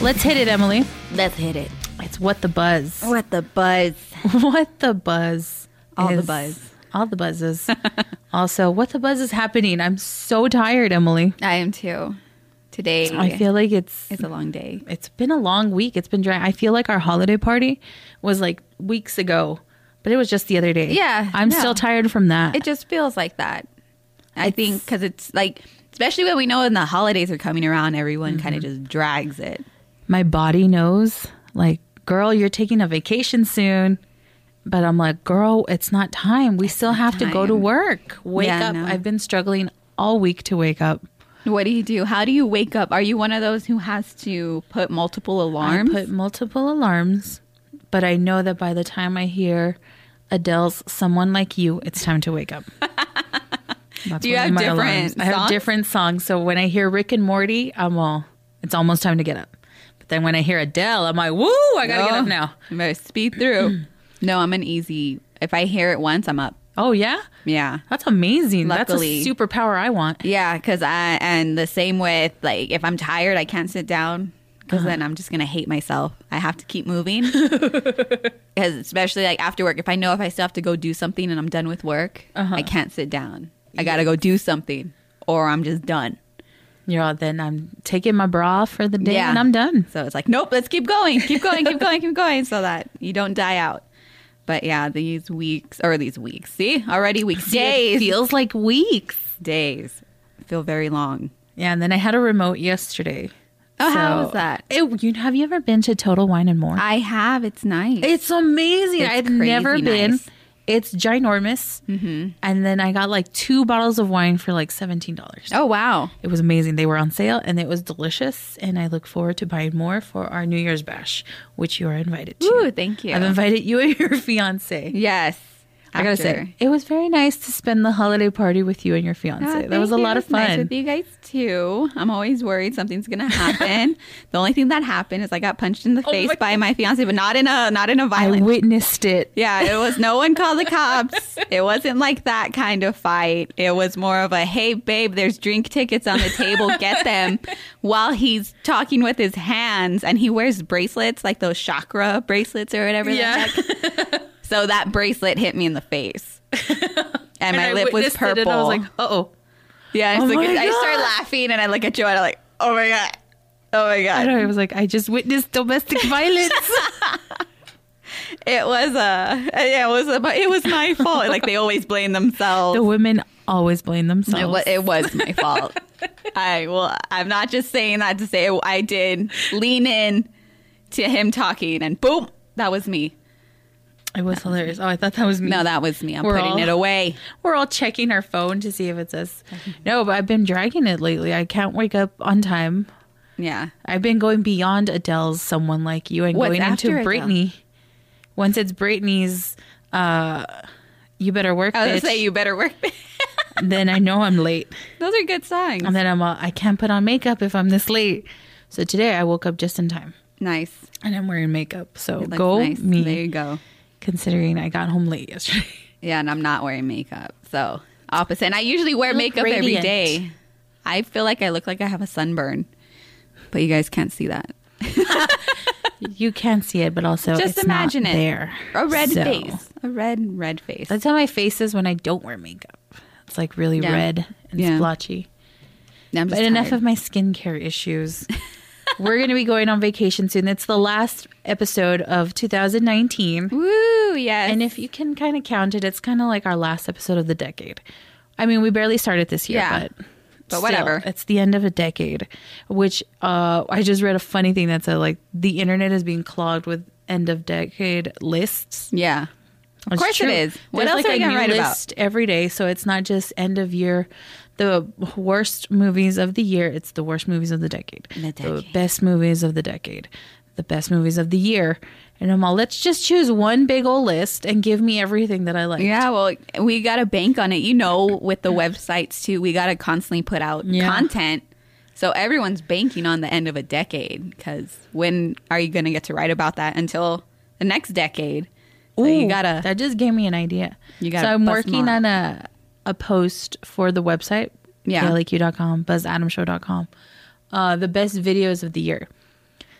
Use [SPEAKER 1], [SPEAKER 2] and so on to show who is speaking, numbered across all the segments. [SPEAKER 1] Let's hit it, Emily.
[SPEAKER 2] Let's hit it.
[SPEAKER 1] It's what the buzz.
[SPEAKER 2] What the buzz?
[SPEAKER 1] What the buzz.
[SPEAKER 2] All the
[SPEAKER 1] is-
[SPEAKER 2] buzz.
[SPEAKER 1] All the buzzes. also, what the buzz is happening. I'm so tired, Emily.
[SPEAKER 2] I am too. Today
[SPEAKER 1] I feel like it's
[SPEAKER 2] it's a long day.
[SPEAKER 1] it's been a long week. It's been dry. I feel like our holiday party was like weeks ago, but it was just the other day.
[SPEAKER 2] Yeah,
[SPEAKER 1] I'm
[SPEAKER 2] no.
[SPEAKER 1] still tired from that.
[SPEAKER 2] It just feels like that. I think because it's like, especially when we know when the holidays are coming around, everyone kind of just drags it.
[SPEAKER 1] My body knows, like, girl, you're taking a vacation soon. But I'm like, girl, it's not time. We still have to go to
[SPEAKER 2] time.
[SPEAKER 1] work. Wake
[SPEAKER 2] Yeah,
[SPEAKER 1] up.
[SPEAKER 2] no.
[SPEAKER 1] I've been struggling all week to wake up.
[SPEAKER 2] What do you do? How do you wake up? Are you one of those who has to put multiple alarms?
[SPEAKER 1] I put multiple alarms, but I know that by the time I hear Adele's "Someone Like You," it's time to wake up. That's
[SPEAKER 2] Do you
[SPEAKER 1] one of
[SPEAKER 2] have
[SPEAKER 1] my
[SPEAKER 2] different
[SPEAKER 1] I have
[SPEAKER 2] songs?
[SPEAKER 1] different songs, so when I hear Rick and Morty, I'm all, it's almost time to get up. But then when I hear Adele, I'm like, woo, I gotta get
[SPEAKER 2] No.
[SPEAKER 1] up now.
[SPEAKER 2] Oh, You better speed through. no, I'm an easy. If I hear it once, I'm up.
[SPEAKER 1] Oh yeah,
[SPEAKER 2] Yeah.
[SPEAKER 1] that's amazing.
[SPEAKER 2] Luckily.
[SPEAKER 1] That's a superpower I want.
[SPEAKER 2] Yeah, because I and the same with like if I'm tired, I can't sit down because
[SPEAKER 1] Uh-huh.
[SPEAKER 2] then I'm just gonna hate myself. I have to keep moving because especially like after work, if I know if I still have to go do something and I'm done with work,
[SPEAKER 1] Uh-huh.
[SPEAKER 2] I can't sit down. I gotta go do something or I'm just done.
[SPEAKER 1] You know, then I'm taking my bra off for the day and I'm done.
[SPEAKER 2] So it's like, nope, let's keep going, keep going, keep going, keep going, so that you don't die out. But yeah, these weeks or these weeks, see, already weeks,
[SPEAKER 1] It
[SPEAKER 2] days,
[SPEAKER 1] feels like weeks.
[SPEAKER 2] days feel very long.
[SPEAKER 1] Yeah, and then I had a remote yesterday.
[SPEAKER 2] Oh, how was that?
[SPEAKER 1] It, you, have you ever been to Total Wine and More?
[SPEAKER 2] I have. It's nice.
[SPEAKER 1] it's amazing.
[SPEAKER 2] It's
[SPEAKER 1] I've
[SPEAKER 2] crazy
[SPEAKER 1] never been.
[SPEAKER 2] nice.
[SPEAKER 1] It's ginormous. Mm-hmm. And then I got like two bottles of wine for like $17.
[SPEAKER 2] oh wow.
[SPEAKER 1] It was amazing. They were on sale and it was delicious. And I look forward to buying more for our New Year's bash, which you are invited to.
[SPEAKER 2] Ooh, thank you.
[SPEAKER 1] I've invited you and your fiance.
[SPEAKER 2] Yes.
[SPEAKER 1] I gotta say, it was very nice to spend the holiday party with you and your fiance. that was a lot of fun.
[SPEAKER 2] Nice with Ah, you guys too. I'm always worried something's gonna happen. the only thing that happened is I got punched in the face
[SPEAKER 1] Oh my
[SPEAKER 2] by my fiance, but not in a not in a
[SPEAKER 1] I
[SPEAKER 2] violent.
[SPEAKER 1] witnessed it.
[SPEAKER 2] yeah, it was no one called the cops. It wasn't like that kind of fight. It was more of a hey babe, there's drink tickets on the table, get them. While he's talking with his hands and he wears bracelets like those chakra bracelets or whatever. the
[SPEAKER 1] Yeah.
[SPEAKER 2] heck. So that bracelet hit me in the face. And my
[SPEAKER 1] I
[SPEAKER 2] lip was
[SPEAKER 1] witnessed it,
[SPEAKER 2] purple.
[SPEAKER 1] And I was like, uh oh.
[SPEAKER 2] yeah, I,
[SPEAKER 1] "Oh
[SPEAKER 2] was like-
[SPEAKER 1] my
[SPEAKER 2] I
[SPEAKER 1] God."
[SPEAKER 2] started laughing and I look at Joanna like, oh my God. Oh my
[SPEAKER 1] I
[SPEAKER 2] God.
[SPEAKER 1] don't know. I was like, I just witnessed domestic violence.
[SPEAKER 2] It was uh yeah, it was about it was my fault. Like they always blame themselves.
[SPEAKER 1] the women always blame themselves.
[SPEAKER 2] It was, it was my fault. I well, I'm not just saying that to say it. I did lean in to him talking, and boom, that was me.
[SPEAKER 1] It was hilarious. Oh, I thought that was me.
[SPEAKER 2] No, that was me. I'm
[SPEAKER 1] We're
[SPEAKER 2] putting
[SPEAKER 1] all-
[SPEAKER 2] it away.
[SPEAKER 1] We're all checking our phone to see if it's us. No, but I've been dragging it lately. I can't wake up on time.
[SPEAKER 2] Yeah,
[SPEAKER 1] I've been going beyond Adele's "Someone Like You" and
[SPEAKER 2] What's
[SPEAKER 1] going into
[SPEAKER 2] after Adele?
[SPEAKER 1] Britney. Once it's Britney's, uh, "You Better Work,"
[SPEAKER 2] I was gonna
[SPEAKER 1] bitch,
[SPEAKER 2] say you better work.
[SPEAKER 1] then I know I'm late.
[SPEAKER 2] Those are good songs.
[SPEAKER 1] And then I'm all, I can't put on makeup if I'm this late. So today I woke up just in time,
[SPEAKER 2] nice.
[SPEAKER 1] and I'm wearing makeup. So
[SPEAKER 2] It looks
[SPEAKER 1] go
[SPEAKER 2] nice.
[SPEAKER 1] me.
[SPEAKER 2] There you go.
[SPEAKER 1] considering I got home late yesterday.
[SPEAKER 2] Yeah, and I'm not wearing makeup, so opposite. And I usually wear
[SPEAKER 1] look
[SPEAKER 2] makeup every
[SPEAKER 1] radiant.
[SPEAKER 2] day. I feel like I look like I have a sunburn, but you guys can't see that.
[SPEAKER 1] You can't see it, but also it's
[SPEAKER 2] Just
[SPEAKER 1] not
[SPEAKER 2] imagine it.
[SPEAKER 1] there.
[SPEAKER 2] A red
[SPEAKER 1] So,
[SPEAKER 2] face. A red red face.
[SPEAKER 1] That's how my face is when I don't wear makeup. It's like really
[SPEAKER 2] Yeah.
[SPEAKER 1] red and
[SPEAKER 2] Yeah.
[SPEAKER 1] splotchy.
[SPEAKER 2] I'm
[SPEAKER 1] But
[SPEAKER 2] just
[SPEAKER 1] enough
[SPEAKER 2] tired.
[SPEAKER 1] of my skincare issues. We're going to be going on vacation soon. It's the last episode of 2019.
[SPEAKER 2] Woo, yes.
[SPEAKER 1] And if you can kind of count it, it's kind of like our last episode of the decade. I mean, we barely started this year,
[SPEAKER 2] Yeah.
[SPEAKER 1] but
[SPEAKER 2] But
[SPEAKER 1] still,
[SPEAKER 2] whatever.
[SPEAKER 1] It's the end of a decade, which uh, I just read a funny thing that said like the internet is being clogged with end of decade lists,
[SPEAKER 2] yeah.
[SPEAKER 1] Of
[SPEAKER 2] course it is. What else are we gonna write about?
[SPEAKER 1] every day, so it's not just end of year, the worst movies of the year. It's the worst movies of the decade,
[SPEAKER 2] The decade.
[SPEAKER 1] best movies of the decade, the best movies of the year. And I'm all, let's just choose one big old list and give me everything that I like.
[SPEAKER 2] Yeah, well, we got to bank on it. You know, with the websites too, we got to constantly put out
[SPEAKER 1] Yeah.
[SPEAKER 2] content. So everyone's banking on the end of a decade because when are you going to get to write about that until the next decade? So you gotta.
[SPEAKER 1] That just gave me an idea.
[SPEAKER 2] You gotta
[SPEAKER 1] So I'm
[SPEAKER 2] bust 'em
[SPEAKER 1] working
[SPEAKER 2] out.
[SPEAKER 1] on a a post for the website. E
[SPEAKER 2] Yeah.
[SPEAKER 1] KLAQ.com, buzzadamshow.com. Uh, the best videos of the year.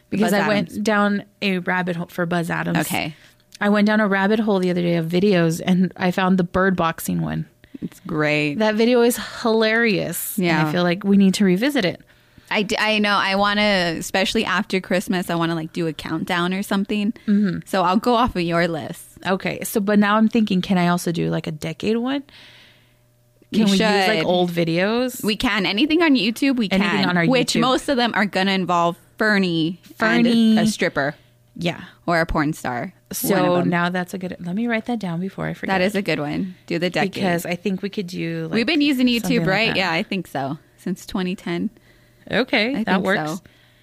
[SPEAKER 1] Because
[SPEAKER 2] Buzz
[SPEAKER 1] I
[SPEAKER 2] Adams.
[SPEAKER 1] went down a rabbit hole for Buzz Adams.
[SPEAKER 2] Okay,
[SPEAKER 1] I went down a rabbit hole the other day of videos and I found the bird boxing one.
[SPEAKER 2] it's great.
[SPEAKER 1] That video is hilarious. And
[SPEAKER 2] Yeah.
[SPEAKER 1] I feel like we need to revisit it.
[SPEAKER 2] I, d- I know I want to, especially after Christmas, I want to like do a countdown or something. Mm-hmm. So I'll go off of your list.
[SPEAKER 1] Okay. So, but now I'm thinking, can I also do like a decade one? Can
[SPEAKER 2] You
[SPEAKER 1] we use
[SPEAKER 2] should.
[SPEAKER 1] like old videos?
[SPEAKER 2] We can anything on YouTube. We
[SPEAKER 1] Anything
[SPEAKER 2] can,
[SPEAKER 1] on our
[SPEAKER 2] which
[SPEAKER 1] YouTube.
[SPEAKER 2] most of them are gonna involve Fernie, and
[SPEAKER 1] Fernie.
[SPEAKER 2] a, a stripper
[SPEAKER 1] yeah.
[SPEAKER 2] or a porn star. One of
[SPEAKER 1] So
[SPEAKER 2] them.
[SPEAKER 1] now that's a good. Let me write that down before I forget.
[SPEAKER 2] that is a good one. Do the decade
[SPEAKER 1] because I think we could do. Like,
[SPEAKER 2] we've been using
[SPEAKER 1] something
[SPEAKER 2] YouTube,
[SPEAKER 1] like
[SPEAKER 2] right?
[SPEAKER 1] that.
[SPEAKER 2] yeah, I think so. Since 2010,
[SPEAKER 1] Okay, that
[SPEAKER 2] I think
[SPEAKER 1] works.
[SPEAKER 2] so.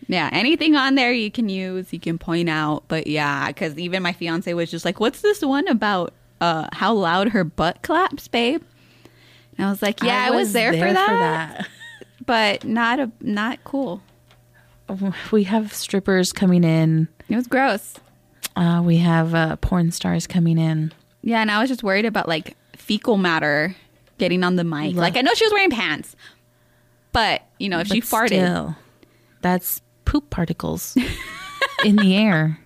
[SPEAKER 2] Yeah, anything on there you can use, you can point out. But yeah, because even my fiance was just like, "What's this one about? Uh, how loud her butt claps, babe?" And I was like, "Yeah, I, was, there, for, that, but not a not cool.
[SPEAKER 1] for that. We have strippers coming in.
[SPEAKER 2] It was gross."
[SPEAKER 1] Uh, we have uh, porn stars coming in.
[SPEAKER 2] Yeah, and I was just worried about like fecal matter getting on the mic.
[SPEAKER 1] Look.
[SPEAKER 2] Like I know she was wearing pants, but you know if she
[SPEAKER 1] But
[SPEAKER 2] farted,
[SPEAKER 1] still, that's poop particles in the air.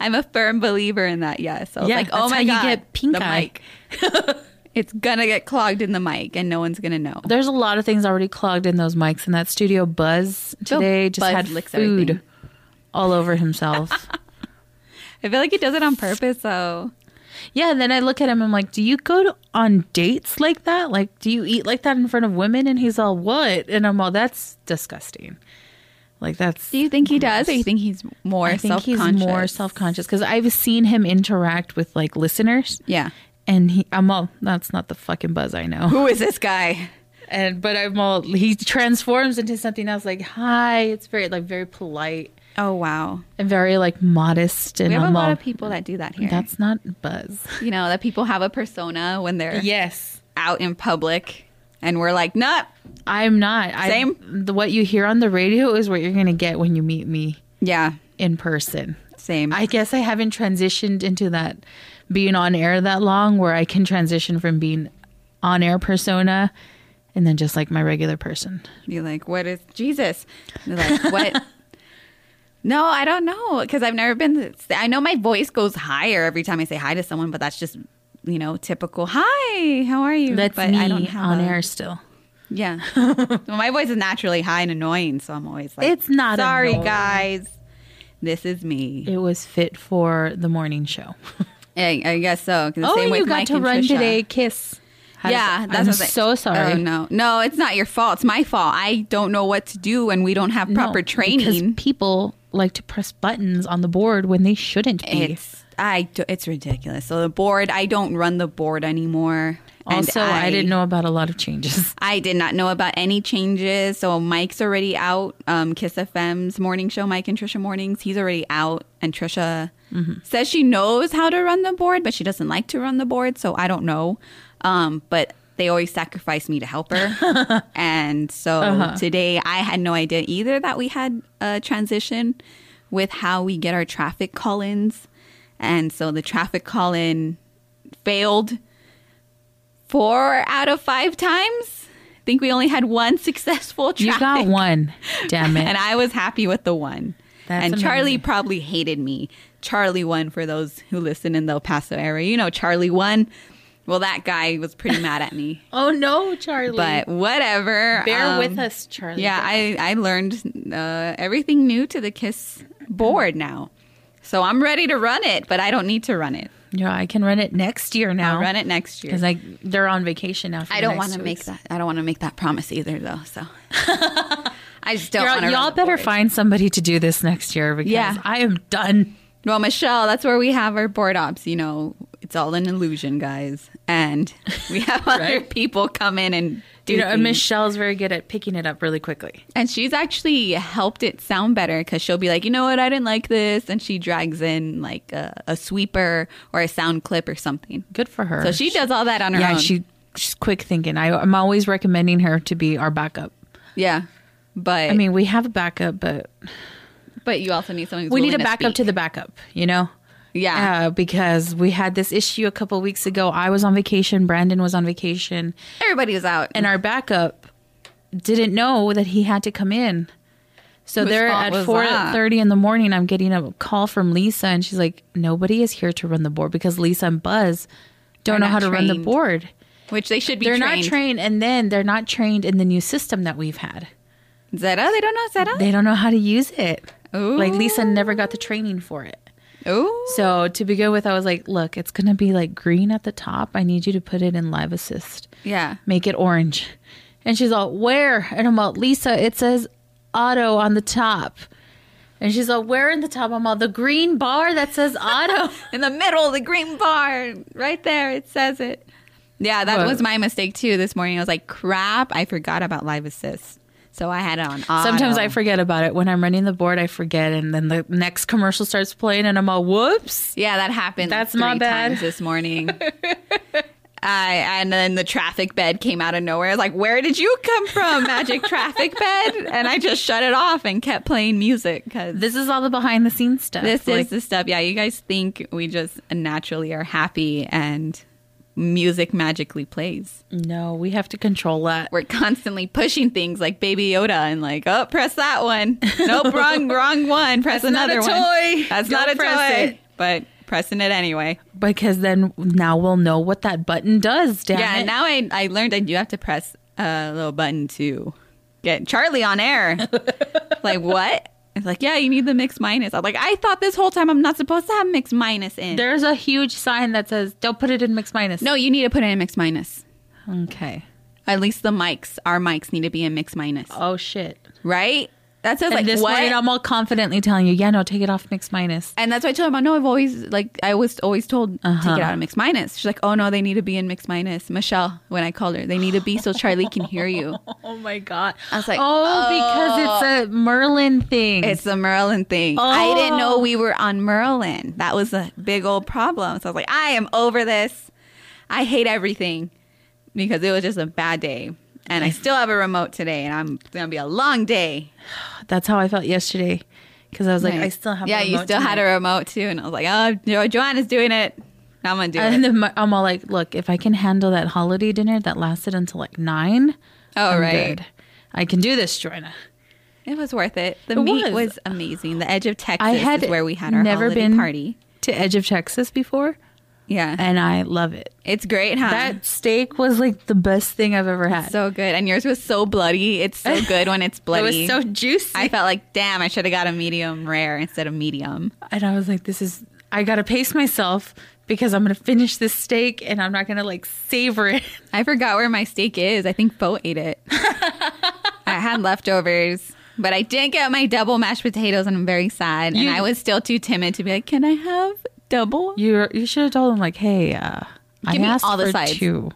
[SPEAKER 2] I'm a firm believer in that. Yeah. So it's
[SPEAKER 1] Yeah,
[SPEAKER 2] like,
[SPEAKER 1] that's
[SPEAKER 2] oh my
[SPEAKER 1] how you
[SPEAKER 2] god,
[SPEAKER 1] get pink
[SPEAKER 2] the
[SPEAKER 1] eye.
[SPEAKER 2] mic. it's gonna get clogged in the mic, and no one's gonna know.
[SPEAKER 1] There's a lot of things already clogged in those mics, and that studio Buzz today just
[SPEAKER 2] Buzz
[SPEAKER 1] had
[SPEAKER 2] licks
[SPEAKER 1] food
[SPEAKER 2] everything.
[SPEAKER 1] all over himself.
[SPEAKER 2] I feel like he does it on purpose, though.
[SPEAKER 1] Yeah, and then I look at him. I'm like, "Do you go to, on dates like that? Like, do you eat like that in front of women?" And he's all, "What?" And I'm all, "That's disgusting." Like that's.
[SPEAKER 2] Do you think he does, or you think he's more?
[SPEAKER 1] I think he's
[SPEAKER 2] self-conscious?
[SPEAKER 1] more self conscious because I've seen him interact with like listeners,
[SPEAKER 2] Yeah.
[SPEAKER 1] and he, I'm all, "That's not the fucking buzz I know."
[SPEAKER 2] Who is this guy?
[SPEAKER 1] And but I'm all, he transforms into something else. Like, hi, it's very like very polite
[SPEAKER 2] Oh wow,
[SPEAKER 1] and very like modest, and
[SPEAKER 2] we have
[SPEAKER 1] I'm
[SPEAKER 2] a lot
[SPEAKER 1] all,
[SPEAKER 2] of people that do that here.
[SPEAKER 1] that's not buzz.
[SPEAKER 2] you know that people have a persona when they're
[SPEAKER 1] Yes.
[SPEAKER 2] out in public, and we're like, nah.
[SPEAKER 1] I'm not.
[SPEAKER 2] Same.
[SPEAKER 1] I, the, what you hear on the radio is what you're going to get when you meet me
[SPEAKER 2] Yeah,
[SPEAKER 1] in person.
[SPEAKER 2] same.
[SPEAKER 1] I guess I haven't transitioned into that being on air that long where I can transition from being on air persona and then just like my regular person.
[SPEAKER 2] You're like, what is Jesus? You're like, what? no, I don't know because I've never been. I know my voice goes higher every time I say hi to someone, but that's just you know typical. Hi, how are you?
[SPEAKER 1] That's
[SPEAKER 2] but
[SPEAKER 1] me
[SPEAKER 2] I don't have
[SPEAKER 1] on
[SPEAKER 2] a-
[SPEAKER 1] air still.
[SPEAKER 2] Yeah, well, my voice is naturally high and annoying, so I'm always like,
[SPEAKER 1] It's not
[SPEAKER 2] Sorry,
[SPEAKER 1] annoying.
[SPEAKER 2] guys. This is me.
[SPEAKER 1] It was fit for the morning show.
[SPEAKER 2] I, I guess so. 'cause the
[SPEAKER 1] oh,
[SPEAKER 2] same
[SPEAKER 1] and
[SPEAKER 2] with
[SPEAKER 1] you got
[SPEAKER 2] Mike
[SPEAKER 1] to
[SPEAKER 2] and
[SPEAKER 1] run
[SPEAKER 2] Trisha.
[SPEAKER 1] today, Kiss. How does-
[SPEAKER 2] yeah,
[SPEAKER 1] I'm
[SPEAKER 2] what I-
[SPEAKER 1] so sorry.
[SPEAKER 2] Oh no, no, it's not your fault. It's my fault. I don't know what to do, and we don't have
[SPEAKER 1] No,
[SPEAKER 2] proper training.
[SPEAKER 1] Because people like to press buttons on the board when they shouldn't be.
[SPEAKER 2] It's I. do- It's ridiculous. So the board, I don't run the board anymore. And
[SPEAKER 1] also, I didn't know about a lot of changes.
[SPEAKER 2] I did not know about any changes. So Mike's already out. Um, Kiss FM's morning show, Mike and Trisha mornings. He's already out, and Trisha says she knows how to run the board, but she doesn't like to run the board. So I don't know. Um, but they always sacrifice me to help her, and so today I had no idea either that we had a transition with how we get our traffic call-ins, and so the traffic call-in failed four out of five times. I think we only had one successful traffic.
[SPEAKER 1] You got one. Damn it.
[SPEAKER 2] And I was happy with the one.
[SPEAKER 1] That's
[SPEAKER 2] and Charlie
[SPEAKER 1] amazing.
[SPEAKER 2] probably hated me. Charlie won for those who listen in the El Paso area. You know, Charlie won. Well, that guy was pretty mad at me.
[SPEAKER 1] oh no, Charlie.
[SPEAKER 2] But whatever.
[SPEAKER 1] Bear
[SPEAKER 2] Um,
[SPEAKER 1] with us, Charlie.
[SPEAKER 2] Yeah, I, I learned uh, everything new to the KISS board now. So I'm ready to run it, but I don't need to run it.
[SPEAKER 1] yeah, I can run it next year now.
[SPEAKER 2] I'll run it next year.
[SPEAKER 1] because like they're on vacation now. For
[SPEAKER 2] I
[SPEAKER 1] the
[SPEAKER 2] don't
[SPEAKER 1] next
[SPEAKER 2] want to
[SPEAKER 1] two
[SPEAKER 2] make
[SPEAKER 1] weeks.
[SPEAKER 2] that. I don't want to make that promise either, though. So I just don't.
[SPEAKER 1] Y'all-
[SPEAKER 2] wanna
[SPEAKER 1] y'all
[SPEAKER 2] run the
[SPEAKER 1] better
[SPEAKER 2] board.
[SPEAKER 1] find somebody to do this next year because
[SPEAKER 2] Yeah.
[SPEAKER 1] I am done.
[SPEAKER 2] Well, Michelle, that's where we have our board ops. You know, It's all an illusion, guys. And we have other
[SPEAKER 1] Right.
[SPEAKER 2] people come in and do
[SPEAKER 1] You know, and
[SPEAKER 2] things.
[SPEAKER 1] Michelle's very good at picking it up really quickly.
[SPEAKER 2] And she's actually helped it sound better because she'll be like, you know what, I didn't like this. And she drags in like a, a sweeper or a sound clip or something.
[SPEAKER 1] Good for her.
[SPEAKER 2] So she does all that on her
[SPEAKER 1] yeah,
[SPEAKER 2] own.
[SPEAKER 1] she she's quick thinking. I, I'm always recommending her to be our backup.
[SPEAKER 2] yeah. But
[SPEAKER 1] I mean, we have a backup, but
[SPEAKER 2] but you also need someone. Who's
[SPEAKER 1] we need a
[SPEAKER 2] willing
[SPEAKER 1] backup to
[SPEAKER 2] speak.
[SPEAKER 1] the backup. You know.
[SPEAKER 2] yeah.
[SPEAKER 1] Uh, because we had this issue a couple weeks ago. I was on vacation. Brandon was on vacation.
[SPEAKER 2] Everybody was out.
[SPEAKER 1] and our backup didn't know that he had to come in. So
[SPEAKER 2] Whose
[SPEAKER 1] there
[SPEAKER 2] fault
[SPEAKER 1] at
[SPEAKER 2] was
[SPEAKER 1] four
[SPEAKER 2] that?
[SPEAKER 1] thirty in the morning, I'm getting a call from Lisa, and she's like, "Nobody is here to run the board because Lisa and Buzz don't
[SPEAKER 2] They're
[SPEAKER 1] know
[SPEAKER 2] not
[SPEAKER 1] how to run the
[SPEAKER 2] trained.
[SPEAKER 1] board.
[SPEAKER 2] which they should be.
[SPEAKER 1] they're
[SPEAKER 2] trained.
[SPEAKER 1] not trained, and then they're not trained in the new system that we've had.
[SPEAKER 2] Zeta, they don't know Zeta.
[SPEAKER 1] They don't know how to use it.
[SPEAKER 2] Ooh.
[SPEAKER 1] Like Lisa never got the training for it.
[SPEAKER 2] oh,
[SPEAKER 1] So to begin with, I was like, "Look, it's gonna be like green at the top. I need you to put it in Live Assist."
[SPEAKER 2] yeah.
[SPEAKER 1] make it orange. And she's all, where? And I'm all, Lisa, it says auto on the top. And she's all, where in the top? I'm all, the green bar that says auto.
[SPEAKER 2] In the middle, the green bar, right there, it says it. Yeah, that
[SPEAKER 1] What?
[SPEAKER 2] was my mistake too. This morning, I was like, "Crap, I forgot about live assist." So I had it on. Auto.
[SPEAKER 1] Sometimes I forget about it. When I'm running the board, I forget. And then the next commercial starts playing, and I'm all, whoops.
[SPEAKER 2] Yeah, that happened.
[SPEAKER 1] That's
[SPEAKER 2] three
[SPEAKER 1] my bad.
[SPEAKER 2] Times this morning. I and then the traffic bed came out of nowhere. I was Like, where did you come from, magic traffic bed? And I just shut it off and kept playing music because
[SPEAKER 1] This is all the behind the scenes stuff.
[SPEAKER 2] this
[SPEAKER 1] Like,
[SPEAKER 2] is the stuff. Yeah, you guys think we just naturally are happy and music magically plays.
[SPEAKER 1] no, we have to control that.
[SPEAKER 2] We're constantly pushing things like Baby Yoda and like, oh, press that one. Nope, wrong, wrong one. Press
[SPEAKER 1] That's not
[SPEAKER 2] another
[SPEAKER 1] a
[SPEAKER 2] one.
[SPEAKER 1] toy.
[SPEAKER 2] That's
[SPEAKER 1] Don't
[SPEAKER 2] not a
[SPEAKER 1] press
[SPEAKER 2] toy.
[SPEAKER 1] it.
[SPEAKER 2] But pressing it anyway.
[SPEAKER 1] Because then now we'll know what that button does, damn
[SPEAKER 2] yeah,
[SPEAKER 1] it.
[SPEAKER 2] now I, I learned I do have to press a little button to get Charlie on air. like, what? It's like, yeah, you need the mix minus. I'm like, I thought this whole time I'm not supposed to have mix minus in.
[SPEAKER 1] There's a huge sign that says, don't put it in mix minus.
[SPEAKER 2] no, you need to put in a mix minus.
[SPEAKER 1] Okay.
[SPEAKER 2] At least the mics, our mics need to be in mix minus.
[SPEAKER 1] Oh, shit.
[SPEAKER 2] Right? That sounds
[SPEAKER 1] And
[SPEAKER 2] like
[SPEAKER 1] this
[SPEAKER 2] what?
[SPEAKER 1] morning, I'm all confidently telling you, yeah, no, take it off mix minus.
[SPEAKER 2] and that's why I told him, I know I've always, like, I was always told,
[SPEAKER 1] Uh-huh.
[SPEAKER 2] take it out of mix minus. She's like, oh no, they need to be in mix minus. Michelle, when I called her, they need to be so Charlie can hear you.
[SPEAKER 1] Oh my god!
[SPEAKER 2] I was like,
[SPEAKER 1] oh, because it's a Merlin thing.
[SPEAKER 2] It's the Merlin thing. I didn't know
[SPEAKER 1] Oh.
[SPEAKER 2] we were on Merlin. That was a big old problem. So I was like, I am over this. I hate everything because it was just a bad day. And I still have a remote today, and I'm it's gonna be a long day.
[SPEAKER 1] that's how I felt yesterday because I was like, I still have.
[SPEAKER 2] Yeah,
[SPEAKER 1] the
[SPEAKER 2] you
[SPEAKER 1] remote
[SPEAKER 2] still had a
[SPEAKER 1] tonight.
[SPEAKER 2] remote too, and I was like, oh, Jo- Joanna's doing it. I'm gonna do
[SPEAKER 1] And
[SPEAKER 2] it.
[SPEAKER 1] then my- I'm all like, look, if I can handle that holiday dinner that lasted until like nine,
[SPEAKER 2] Oh,
[SPEAKER 1] I'm
[SPEAKER 2] right.
[SPEAKER 1] good. I can do this, Joanna.
[SPEAKER 2] It was worth it. The
[SPEAKER 1] It
[SPEAKER 2] meat was.
[SPEAKER 1] was.
[SPEAKER 2] amazing. The edge of Texas
[SPEAKER 1] I had
[SPEAKER 2] is where we had our
[SPEAKER 1] never
[SPEAKER 2] holiday
[SPEAKER 1] been
[SPEAKER 2] party.
[SPEAKER 1] to Edge of Texas before,
[SPEAKER 2] Yeah,
[SPEAKER 1] and I love it.
[SPEAKER 2] it's great, huh?
[SPEAKER 1] That steak was like the best thing I've ever had.
[SPEAKER 2] so good, and yours was so bloody. It's so good when it's
[SPEAKER 1] it was
[SPEAKER 2] bloody.
[SPEAKER 1] so juicy.
[SPEAKER 2] I felt like, damn, I should have got a medium rare instead of medium.
[SPEAKER 1] and I was like, this is, I gotta pace myself because I'm gonna finish this steak and I'm not gonna like savor it.
[SPEAKER 2] I forgot where my steak is. I think Bo ate it. I had leftovers, but I didn't get my double mashed potatoes, and I'm very sad.
[SPEAKER 1] You-
[SPEAKER 2] and I was still too timid to be like, can I have double?
[SPEAKER 1] You you should have told him like, hey, uh, I
[SPEAKER 2] Give me
[SPEAKER 1] asked
[SPEAKER 2] all the
[SPEAKER 1] for
[SPEAKER 2] sides."
[SPEAKER 1] two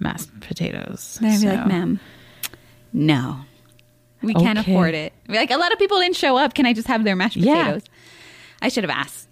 [SPEAKER 1] mashed potatoes.
[SPEAKER 2] And I'd be
[SPEAKER 1] so-
[SPEAKER 2] like, ma'am, no, we can't
[SPEAKER 1] Okay.
[SPEAKER 2] afford it. Be Like, a lot of people didn't show up. Can I just have their mashed
[SPEAKER 1] Yeah.
[SPEAKER 2] potatoes? I should have asked.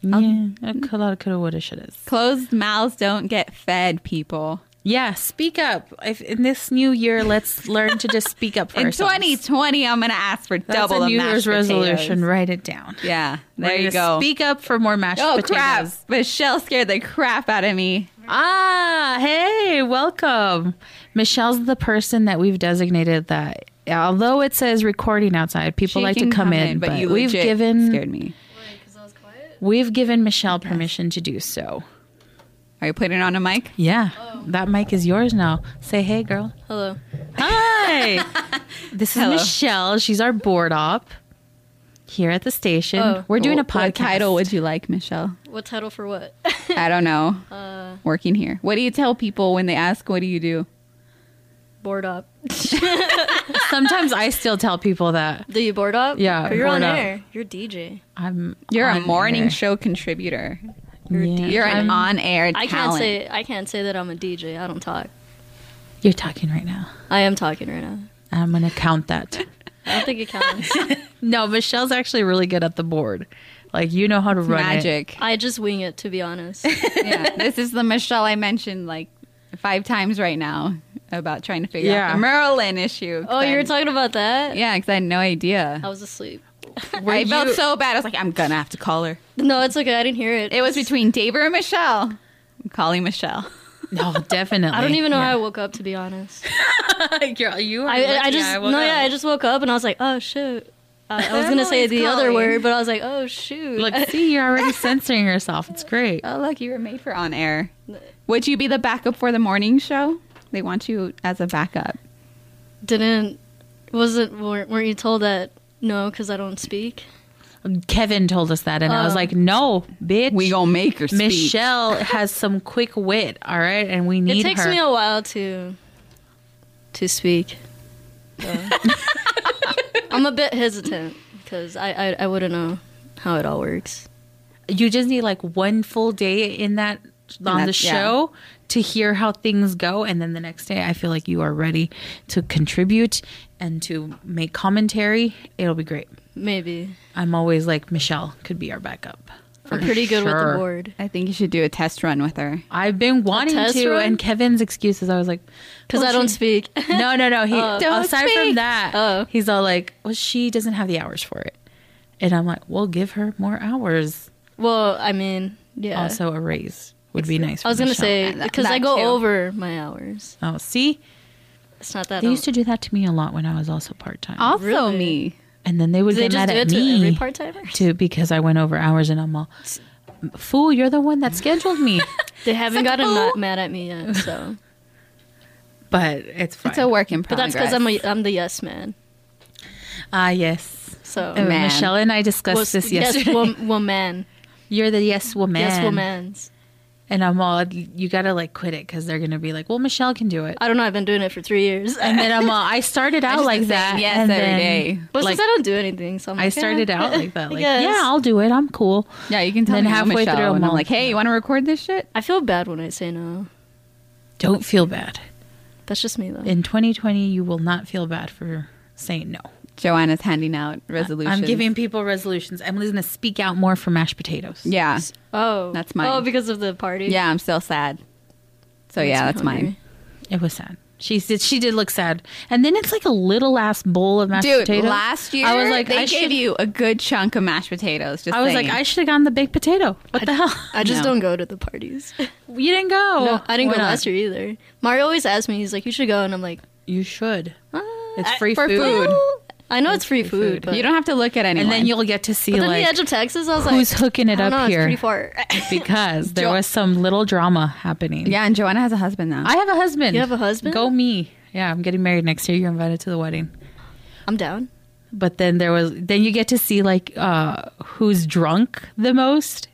[SPEAKER 1] yeah, I coulda, coulda, woulda, shoulda.
[SPEAKER 2] Closed mouths don't get fed, people.
[SPEAKER 1] Yeah, speak up. If in this new year, let's learn to just speak up for
[SPEAKER 2] In
[SPEAKER 1] ourselves.
[SPEAKER 2] 2020, I'm going to ask for
[SPEAKER 1] That's
[SPEAKER 2] double
[SPEAKER 1] a
[SPEAKER 2] the
[SPEAKER 1] New
[SPEAKER 2] mashed
[SPEAKER 1] Year's
[SPEAKER 2] potatoes.
[SPEAKER 1] resolution. Write it down.
[SPEAKER 2] Yeah,
[SPEAKER 1] We're
[SPEAKER 2] there you
[SPEAKER 1] gonna
[SPEAKER 2] go.
[SPEAKER 1] Speak up for more mashed
[SPEAKER 2] oh
[SPEAKER 1] potatoes.
[SPEAKER 2] crap! Michelle scared the crap out of me.
[SPEAKER 1] Ah, hey, welcome. Michelle's the person that we've designated that although it says recording outside, people
[SPEAKER 2] She
[SPEAKER 1] like to
[SPEAKER 2] can
[SPEAKER 1] come, in, but,
[SPEAKER 2] you
[SPEAKER 1] we've
[SPEAKER 2] legit
[SPEAKER 1] given
[SPEAKER 2] scared me.
[SPEAKER 3] Why? Because I was quiet?
[SPEAKER 1] we've given Michelle permission to do so. Oh.
[SPEAKER 2] Are you putting it on a mic?
[SPEAKER 1] Yeah. That mic is yours now. Say hey girl.
[SPEAKER 3] Hello.
[SPEAKER 1] Hi. this is
[SPEAKER 2] Hello.
[SPEAKER 1] Michelle. She's our board op here at the station.
[SPEAKER 3] Oh.
[SPEAKER 1] We're doing a
[SPEAKER 2] What- What
[SPEAKER 1] podcast.
[SPEAKER 2] title would you like, Michelle?
[SPEAKER 3] What title for what?
[SPEAKER 2] I don't know.
[SPEAKER 3] Uh,
[SPEAKER 2] Working here. What do you tell people when they ask, "What do you do?"
[SPEAKER 3] board up.
[SPEAKER 1] Sometimes I still tell people that
[SPEAKER 3] Do you board up?
[SPEAKER 1] Yeah,
[SPEAKER 3] But you're on
[SPEAKER 1] board up.
[SPEAKER 3] air. You're DJ.
[SPEAKER 1] I'm
[SPEAKER 2] You're a
[SPEAKER 1] on
[SPEAKER 2] morning
[SPEAKER 1] air.
[SPEAKER 2] show contributor.
[SPEAKER 3] You're
[SPEAKER 1] Yeah.
[SPEAKER 3] a DJ.
[SPEAKER 2] You're an on-air
[SPEAKER 3] I
[SPEAKER 2] talent.
[SPEAKER 3] can't say I can't say that I'm a DJ. I don't talk.
[SPEAKER 1] You're talking right now.
[SPEAKER 3] I am talking right now.
[SPEAKER 1] I'm gonna count that.
[SPEAKER 3] I don't think it counts.
[SPEAKER 1] no, Michelle's actually really good at the board. Like you know how to run it.
[SPEAKER 2] magic.
[SPEAKER 3] I just wing it to be honest.
[SPEAKER 2] yeah, this is the Michelle I mentioned like five times right now about trying to figure
[SPEAKER 1] Yeah.
[SPEAKER 2] out the Merlin issue. 'cause
[SPEAKER 3] Oh, you
[SPEAKER 2] I-
[SPEAKER 3] were talking about that?
[SPEAKER 2] Yeah, because I had no idea.
[SPEAKER 3] I was asleep.
[SPEAKER 2] I felt so bad. I was like, I'm gonna have to call her.
[SPEAKER 3] No, it's okay. I didn't hear it.
[SPEAKER 2] It was between Tabor and Michelle. I'm calling Michelle.
[SPEAKER 1] No, definitely.
[SPEAKER 3] I don't even know how I woke up to be honest.
[SPEAKER 1] You're, you. Are
[SPEAKER 3] I, I
[SPEAKER 1] lucky
[SPEAKER 3] just
[SPEAKER 1] I
[SPEAKER 3] no,
[SPEAKER 1] woke
[SPEAKER 3] yeah.
[SPEAKER 1] up.
[SPEAKER 3] I just woke up and I was like, oh shoot. I, I was gonna say
[SPEAKER 2] Emily's
[SPEAKER 3] the other
[SPEAKER 2] calling.
[SPEAKER 3] word, but I was like, oh shoot.
[SPEAKER 1] Look, see, you're already censoring yourself. It's great.
[SPEAKER 2] Oh look, you were made for on air. Would you be the backup for the morning show? They want you as a backup.
[SPEAKER 3] didn't wasn't weren't, weren't you told that no because I don't speak?
[SPEAKER 1] Kevin told us that, and I was
[SPEAKER 3] Oh.
[SPEAKER 1] like, "No, bitch,
[SPEAKER 2] We gonna make her speak.
[SPEAKER 1] Michelle has some quick wit, all right, and we need
[SPEAKER 3] it takes
[SPEAKER 1] her.
[SPEAKER 3] me a while to to speak. So. I'm a bit hesitant because I, I I wouldn't know how it all works.
[SPEAKER 1] you just need like one full day in that on the
[SPEAKER 2] that- yeah.
[SPEAKER 1] show to hear how things go, and then the next day, I feel like you are ready to contribute and to make commentary. It'll be great.
[SPEAKER 3] Maybe
[SPEAKER 1] I'm always like Michelle could be our backup.
[SPEAKER 3] I'm pretty good with
[SPEAKER 1] sure.
[SPEAKER 3] the board
[SPEAKER 2] I think you should do a test run with her.
[SPEAKER 1] I've been wanting
[SPEAKER 3] test
[SPEAKER 1] to,
[SPEAKER 3] run?
[SPEAKER 1] and Kevin's excuses. I was like,
[SPEAKER 3] because
[SPEAKER 1] well,
[SPEAKER 3] I don't
[SPEAKER 1] she-
[SPEAKER 3] speak.
[SPEAKER 1] No, no, no. He
[SPEAKER 2] Don't
[SPEAKER 1] aside from
[SPEAKER 2] speak.
[SPEAKER 1] that,
[SPEAKER 3] Oh.
[SPEAKER 1] he's all like, "Well, she doesn't have the hours for it," and I'm like, "Well, give her more hours."
[SPEAKER 3] well, I mean, yeah.
[SPEAKER 1] Also, a raise would be nice.
[SPEAKER 3] I was
[SPEAKER 1] for
[SPEAKER 3] gonna
[SPEAKER 1] Michelle.
[SPEAKER 3] say
[SPEAKER 2] And that-
[SPEAKER 3] because I
[SPEAKER 2] that
[SPEAKER 3] go
[SPEAKER 2] too.
[SPEAKER 3] over my hours.
[SPEAKER 1] "Oh, see,
[SPEAKER 3] It's not that.
[SPEAKER 1] they
[SPEAKER 3] I
[SPEAKER 1] used
[SPEAKER 3] don't-
[SPEAKER 1] to do that to me a lot when I was also part time,
[SPEAKER 2] Also
[SPEAKER 3] Really?
[SPEAKER 2] me.
[SPEAKER 1] and then they would
[SPEAKER 3] they
[SPEAKER 1] get
[SPEAKER 3] just
[SPEAKER 1] mad
[SPEAKER 3] do
[SPEAKER 1] at
[SPEAKER 3] it to
[SPEAKER 1] me
[SPEAKER 3] every part timer.
[SPEAKER 1] too because I went over hours, and I'm all, "Fool, you're the one that scheduled me."
[SPEAKER 3] They haven't
[SPEAKER 2] like,
[SPEAKER 3] gotten
[SPEAKER 2] oh.
[SPEAKER 3] not mad at me yet, so.
[SPEAKER 1] but it's fine.
[SPEAKER 2] It's a work in
[SPEAKER 3] But
[SPEAKER 2] progress.
[SPEAKER 3] that's because I'm a, I'm the yes man.
[SPEAKER 1] ah yes.
[SPEAKER 3] So
[SPEAKER 1] And
[SPEAKER 2] man.
[SPEAKER 1] Oh, Michelle and I discussed
[SPEAKER 3] Was-
[SPEAKER 1] this
[SPEAKER 3] yes,
[SPEAKER 1] yesterday.
[SPEAKER 3] wom- woman.
[SPEAKER 1] You're the yes woman.
[SPEAKER 3] Yes, woman's.
[SPEAKER 1] And I'm all, you gotta like quit it because they're gonna be like, well, Michelle can do it.
[SPEAKER 3] I don't know. I've been doing it for three years.
[SPEAKER 1] And then I'm all, I started out
[SPEAKER 2] just
[SPEAKER 1] like
[SPEAKER 2] been saying
[SPEAKER 1] that.
[SPEAKER 2] yes
[SPEAKER 1] and
[SPEAKER 2] every
[SPEAKER 1] then,
[SPEAKER 2] day.
[SPEAKER 3] but
[SPEAKER 1] like,
[SPEAKER 3] since I don't do anything, so I'm like,
[SPEAKER 1] I started
[SPEAKER 3] eh.
[SPEAKER 1] out like that. Like,
[SPEAKER 3] guess.
[SPEAKER 1] yeah, I'll do it. I'm cool.
[SPEAKER 2] yeah, you can tell
[SPEAKER 1] Then
[SPEAKER 2] me
[SPEAKER 1] halfway
[SPEAKER 2] halfway Michelle,
[SPEAKER 1] through, I'm
[SPEAKER 2] and I'm
[SPEAKER 1] all-
[SPEAKER 2] like, hey, you want to record this shit?
[SPEAKER 3] I feel bad when I say no.
[SPEAKER 1] Don't feel bad.
[SPEAKER 3] That's just me though.
[SPEAKER 1] In 2020, you will not feel bad for saying no.
[SPEAKER 2] Joanna's handing out resolutions.
[SPEAKER 1] I'm giving people resolutions. Emily's gonna speak out more for mashed potatoes.
[SPEAKER 2] Yeah,
[SPEAKER 3] oh,
[SPEAKER 2] That's mine.
[SPEAKER 3] Oh, because of the party.
[SPEAKER 2] yeah, I'm still sad. So
[SPEAKER 3] Makes
[SPEAKER 2] yeah,
[SPEAKER 3] me
[SPEAKER 2] that's
[SPEAKER 3] hungry.
[SPEAKER 2] mine.
[SPEAKER 1] It was sad. She did. She did look sad. And then it's like a little ass bowl of mashed
[SPEAKER 2] Dude,
[SPEAKER 1] potatoes.
[SPEAKER 2] last year
[SPEAKER 1] I was like,
[SPEAKER 2] they
[SPEAKER 1] I
[SPEAKER 2] gave
[SPEAKER 1] should-
[SPEAKER 2] you a good chunk of mashed potatoes. Just
[SPEAKER 1] I was like,
[SPEAKER 2] saying.
[SPEAKER 1] I should have gotten the baked potato. What the hell?
[SPEAKER 3] I just
[SPEAKER 2] No.
[SPEAKER 3] don't go to the parties.
[SPEAKER 1] you didn't go.
[SPEAKER 3] no, I didn't
[SPEAKER 1] Why
[SPEAKER 3] go
[SPEAKER 1] not?
[SPEAKER 3] last year either. Mario always asks me, he's like, "You should go," and I'm like,
[SPEAKER 1] You should.
[SPEAKER 3] "Ah,
[SPEAKER 1] It's
[SPEAKER 3] I-
[SPEAKER 1] free
[SPEAKER 2] for
[SPEAKER 1] food.
[SPEAKER 2] food.
[SPEAKER 3] I know it's free
[SPEAKER 1] food.
[SPEAKER 3] food, but
[SPEAKER 2] you don't have to look at anyone.
[SPEAKER 1] and then you'll get to see
[SPEAKER 3] But then
[SPEAKER 1] like
[SPEAKER 3] the edge of Texas, I was like,
[SPEAKER 1] who's hooking it
[SPEAKER 3] I
[SPEAKER 1] up
[SPEAKER 3] don't know,
[SPEAKER 1] here
[SPEAKER 3] It's pretty far.
[SPEAKER 1] because there
[SPEAKER 2] Jo-
[SPEAKER 1] was some little drama happening.
[SPEAKER 2] yeah. And Joanna has a husband now.
[SPEAKER 1] I have a husband.
[SPEAKER 3] You have a husband?
[SPEAKER 1] Go me. Yeah, I'm getting married next year. You're invited to the wedding.
[SPEAKER 3] I'm down.
[SPEAKER 1] But then there was then you get to see like uh who's drunk the most.